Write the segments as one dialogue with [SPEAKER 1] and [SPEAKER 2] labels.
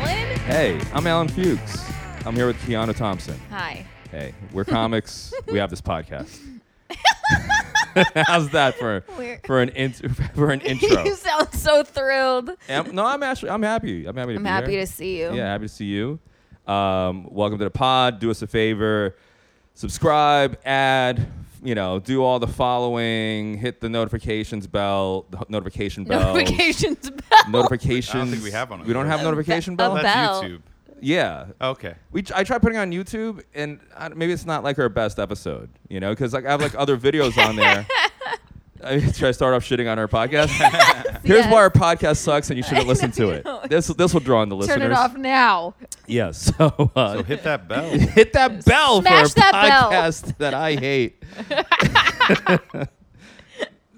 [SPEAKER 1] Hey, I'm Alan Fuchs. I'm here with Kiana Thompson.
[SPEAKER 2] Hi.
[SPEAKER 1] Hey, we're comics. we have this podcast. How's that for
[SPEAKER 2] We're-
[SPEAKER 1] for an in, for an intro?
[SPEAKER 2] you sound so thrilled.
[SPEAKER 1] Am- no, I'm actually I'm happy. I'm happy to
[SPEAKER 2] I'm
[SPEAKER 1] be
[SPEAKER 2] happy
[SPEAKER 1] here.
[SPEAKER 2] to see you.
[SPEAKER 1] Yeah, happy to see you. Um, welcome to the pod. Do us a favor, subscribe, add, you know, do all the following, hit the notifications bell, the notification bell,
[SPEAKER 2] Notifications bell.
[SPEAKER 1] Oh. notifications.
[SPEAKER 3] I don't think we have one of
[SPEAKER 1] We don't
[SPEAKER 3] those.
[SPEAKER 1] have notification
[SPEAKER 2] a
[SPEAKER 1] bell.
[SPEAKER 2] bell.
[SPEAKER 3] That's
[SPEAKER 2] Oh, Bell.
[SPEAKER 3] YouTube.
[SPEAKER 1] yeah,
[SPEAKER 3] Okay.
[SPEAKER 1] we I tried putting it on YouTube, and I, maybe it's not like our best episode, you know, because like I have like other videos on there. I mean, should I start off shitting on our podcast? Here's
[SPEAKER 2] yes.
[SPEAKER 1] why our podcast sucks, and you shouldn't listen to it.
[SPEAKER 2] know.
[SPEAKER 1] This this will draw in the listeners.
[SPEAKER 2] Turn it off now.
[SPEAKER 1] Yeah. So, uh,
[SPEAKER 3] So Oh, hit that bell.
[SPEAKER 1] hit that bell
[SPEAKER 2] Smash
[SPEAKER 1] for a
[SPEAKER 2] that bell.
[SPEAKER 1] podcast that I hate.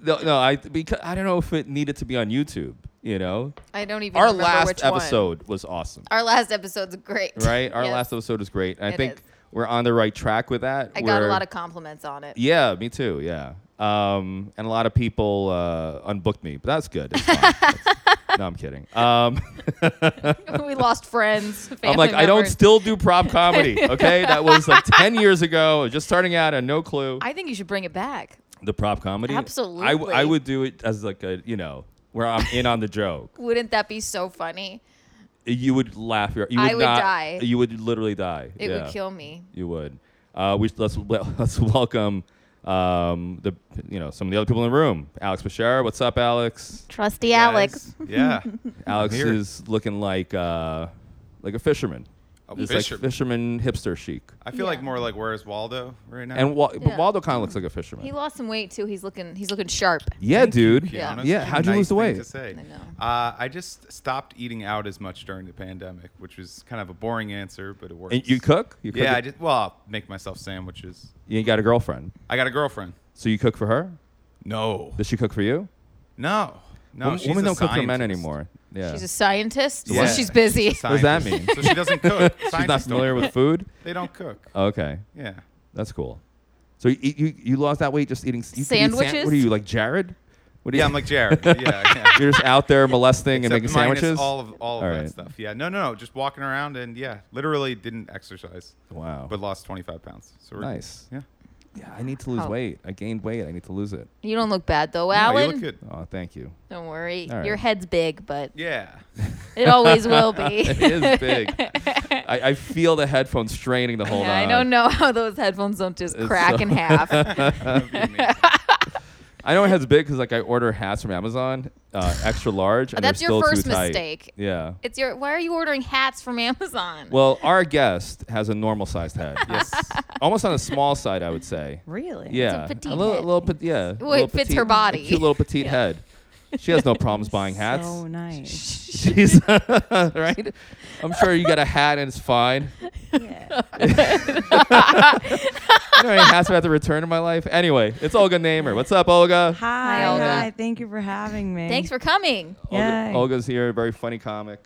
[SPEAKER 1] no, no, I because I don't know if it needed to be on YouTube. You know,
[SPEAKER 2] I don't even
[SPEAKER 1] our
[SPEAKER 2] remember
[SPEAKER 1] last
[SPEAKER 2] which one.
[SPEAKER 1] episode was awesome,
[SPEAKER 2] Our last episode's great.
[SPEAKER 1] right? Our
[SPEAKER 2] Yes.
[SPEAKER 1] last episode was great. And I
[SPEAKER 2] It
[SPEAKER 1] think
[SPEAKER 2] is.
[SPEAKER 1] we're on the right track with that.
[SPEAKER 2] I got a
[SPEAKER 1] We're-
[SPEAKER 2] lot of compliments on it.
[SPEAKER 1] yeah, me too. Yeah, um, and a lot of people uh, unbooked me, but that's good. It's fine. That's- no, I'm kidding. Um,
[SPEAKER 2] we lost friends. Family
[SPEAKER 1] I'm like, I don't
[SPEAKER 2] members.
[SPEAKER 1] still do prop comedy. Okay, that was like 10 years ago. Just starting out, and no clue.
[SPEAKER 2] I think you should bring it back.
[SPEAKER 1] the prop comedy. I, w-
[SPEAKER 2] Absolutely.
[SPEAKER 1] I would do it as like a you know where I'm in on the joke.
[SPEAKER 2] Wouldn't that be so funny?
[SPEAKER 1] You would laugh. your- You would
[SPEAKER 2] I would
[SPEAKER 1] not-
[SPEAKER 2] die.
[SPEAKER 1] You would literally die.
[SPEAKER 2] It
[SPEAKER 1] yeah,
[SPEAKER 2] would kill me.
[SPEAKER 1] You would. Uh, we let's well, let's welcome um, the you know some of the other people in the room. Alex Bashara, what's up, Alex?
[SPEAKER 2] Trusty
[SPEAKER 3] Guys,
[SPEAKER 2] Alex.
[SPEAKER 3] Yeah.
[SPEAKER 1] Alex
[SPEAKER 3] here.
[SPEAKER 1] is looking like uh, like a fisherman.
[SPEAKER 3] A
[SPEAKER 1] Just
[SPEAKER 3] fisher-
[SPEAKER 1] like fisherman hipster chic.
[SPEAKER 3] Oh, I feel like more like where's Waldo right now?
[SPEAKER 1] And Wa-
[SPEAKER 2] Yeah.
[SPEAKER 1] but Waldo kind of looks like a fisherman.
[SPEAKER 2] He lost some weight too. He's looking he's looking sharp.
[SPEAKER 1] Yeah, dude.
[SPEAKER 2] Yeah.
[SPEAKER 3] Kiana,
[SPEAKER 1] Yeah.
[SPEAKER 3] it's a
[SPEAKER 1] How'd you
[SPEAKER 3] nice
[SPEAKER 1] lose the
[SPEAKER 3] thing
[SPEAKER 1] weight?
[SPEAKER 3] To say.
[SPEAKER 2] I know.
[SPEAKER 3] Uh, I just stopped eating out as much during the pandemic, which was kind of a boring answer, but it works.
[SPEAKER 1] And you cook? You cook
[SPEAKER 3] Yeah, I
[SPEAKER 1] it-
[SPEAKER 3] just well, I'll make myself sandwiches.
[SPEAKER 1] You ain't got a girlfriend,
[SPEAKER 3] I got a girlfriend.
[SPEAKER 1] so you cook for her.
[SPEAKER 3] No.
[SPEAKER 1] Does she cook for you?
[SPEAKER 3] No. No.
[SPEAKER 1] Wom-
[SPEAKER 3] she's
[SPEAKER 1] women
[SPEAKER 3] a
[SPEAKER 1] don't cook for men
[SPEAKER 3] scientist.
[SPEAKER 1] anymore. Yeah.
[SPEAKER 2] She's a scientist.
[SPEAKER 3] Yeah.
[SPEAKER 2] Well, she's busy.
[SPEAKER 3] She's a
[SPEAKER 1] What does that
[SPEAKER 3] scientist.
[SPEAKER 1] mean?
[SPEAKER 3] so she doesn't cook.
[SPEAKER 1] She's not
[SPEAKER 3] Scientists don't
[SPEAKER 1] familiar with food.
[SPEAKER 3] cook. They don't cook.
[SPEAKER 1] Okay,
[SPEAKER 3] Yeah.
[SPEAKER 1] that's cool. So you, you you lost that weight just eating s- you could eat san-
[SPEAKER 2] Sandwiches?
[SPEAKER 1] what are you like, Jared? What are you?
[SPEAKER 3] Yeah, I'm like Jared. Yeah. yeah.
[SPEAKER 1] you're just out there molesting and
[SPEAKER 3] Except
[SPEAKER 1] making
[SPEAKER 3] minus
[SPEAKER 1] sandwiches.
[SPEAKER 3] All of all of
[SPEAKER 1] All
[SPEAKER 3] that
[SPEAKER 1] right.
[SPEAKER 3] stuff. Yeah. No, no, no. Just walking around and yeah, literally didn't exercise,
[SPEAKER 1] wow.
[SPEAKER 3] but lost 25 pounds. So we're,
[SPEAKER 1] Oh. nice.
[SPEAKER 3] Yeah.
[SPEAKER 1] Yeah, I need to lose
[SPEAKER 2] Oh.
[SPEAKER 1] weight. I gained weight. I need to lose it.
[SPEAKER 2] You don't look bad though,
[SPEAKER 3] No,
[SPEAKER 2] Alan.
[SPEAKER 3] you look good.
[SPEAKER 1] Oh, thank you.
[SPEAKER 2] Don't worry.
[SPEAKER 1] All right.
[SPEAKER 2] Your head's big, but
[SPEAKER 3] Yeah.
[SPEAKER 2] it always will be.
[SPEAKER 1] it is big. I, I feel the headphones straining the whole
[SPEAKER 2] Yeah, I
[SPEAKER 1] on.
[SPEAKER 2] don't know how those headphones don't just
[SPEAKER 1] It's
[SPEAKER 2] crack
[SPEAKER 1] so-
[SPEAKER 2] in half.
[SPEAKER 3] That would be amazing.
[SPEAKER 1] I know it has big because like I order hats from Amazon, uh, extra large. And they're
[SPEAKER 2] That's your
[SPEAKER 1] still too
[SPEAKER 2] first
[SPEAKER 1] tight.
[SPEAKER 2] mistake.
[SPEAKER 1] Yeah.
[SPEAKER 2] It's your. Why are you ordering hats from Amazon?
[SPEAKER 1] Well, our guest has a normal sized head.
[SPEAKER 3] yes.
[SPEAKER 1] Almost on the small side, I would say.
[SPEAKER 2] really?
[SPEAKER 1] Yeah.
[SPEAKER 2] It's a petite
[SPEAKER 1] little,
[SPEAKER 2] head.
[SPEAKER 1] little pet- yeah.
[SPEAKER 2] Well,
[SPEAKER 1] little
[SPEAKER 2] it fits
[SPEAKER 1] petite-
[SPEAKER 2] her
[SPEAKER 1] a
[SPEAKER 2] body.
[SPEAKER 1] cute little petite
[SPEAKER 2] Yeah.
[SPEAKER 1] head. She has no problems buying hats.
[SPEAKER 4] So nice.
[SPEAKER 1] She's right. I'm sure you got a hat and it's fine.
[SPEAKER 4] yeah.
[SPEAKER 1] You know, how many hats I have to return in my life. Anyway, it's Olga Namer. What's up, Olga?
[SPEAKER 4] Hi,
[SPEAKER 2] Olga.
[SPEAKER 4] hi. Thank you for having me.
[SPEAKER 2] Thanks for coming.
[SPEAKER 4] Yay.
[SPEAKER 1] Olga, Olga's here, very funny comic.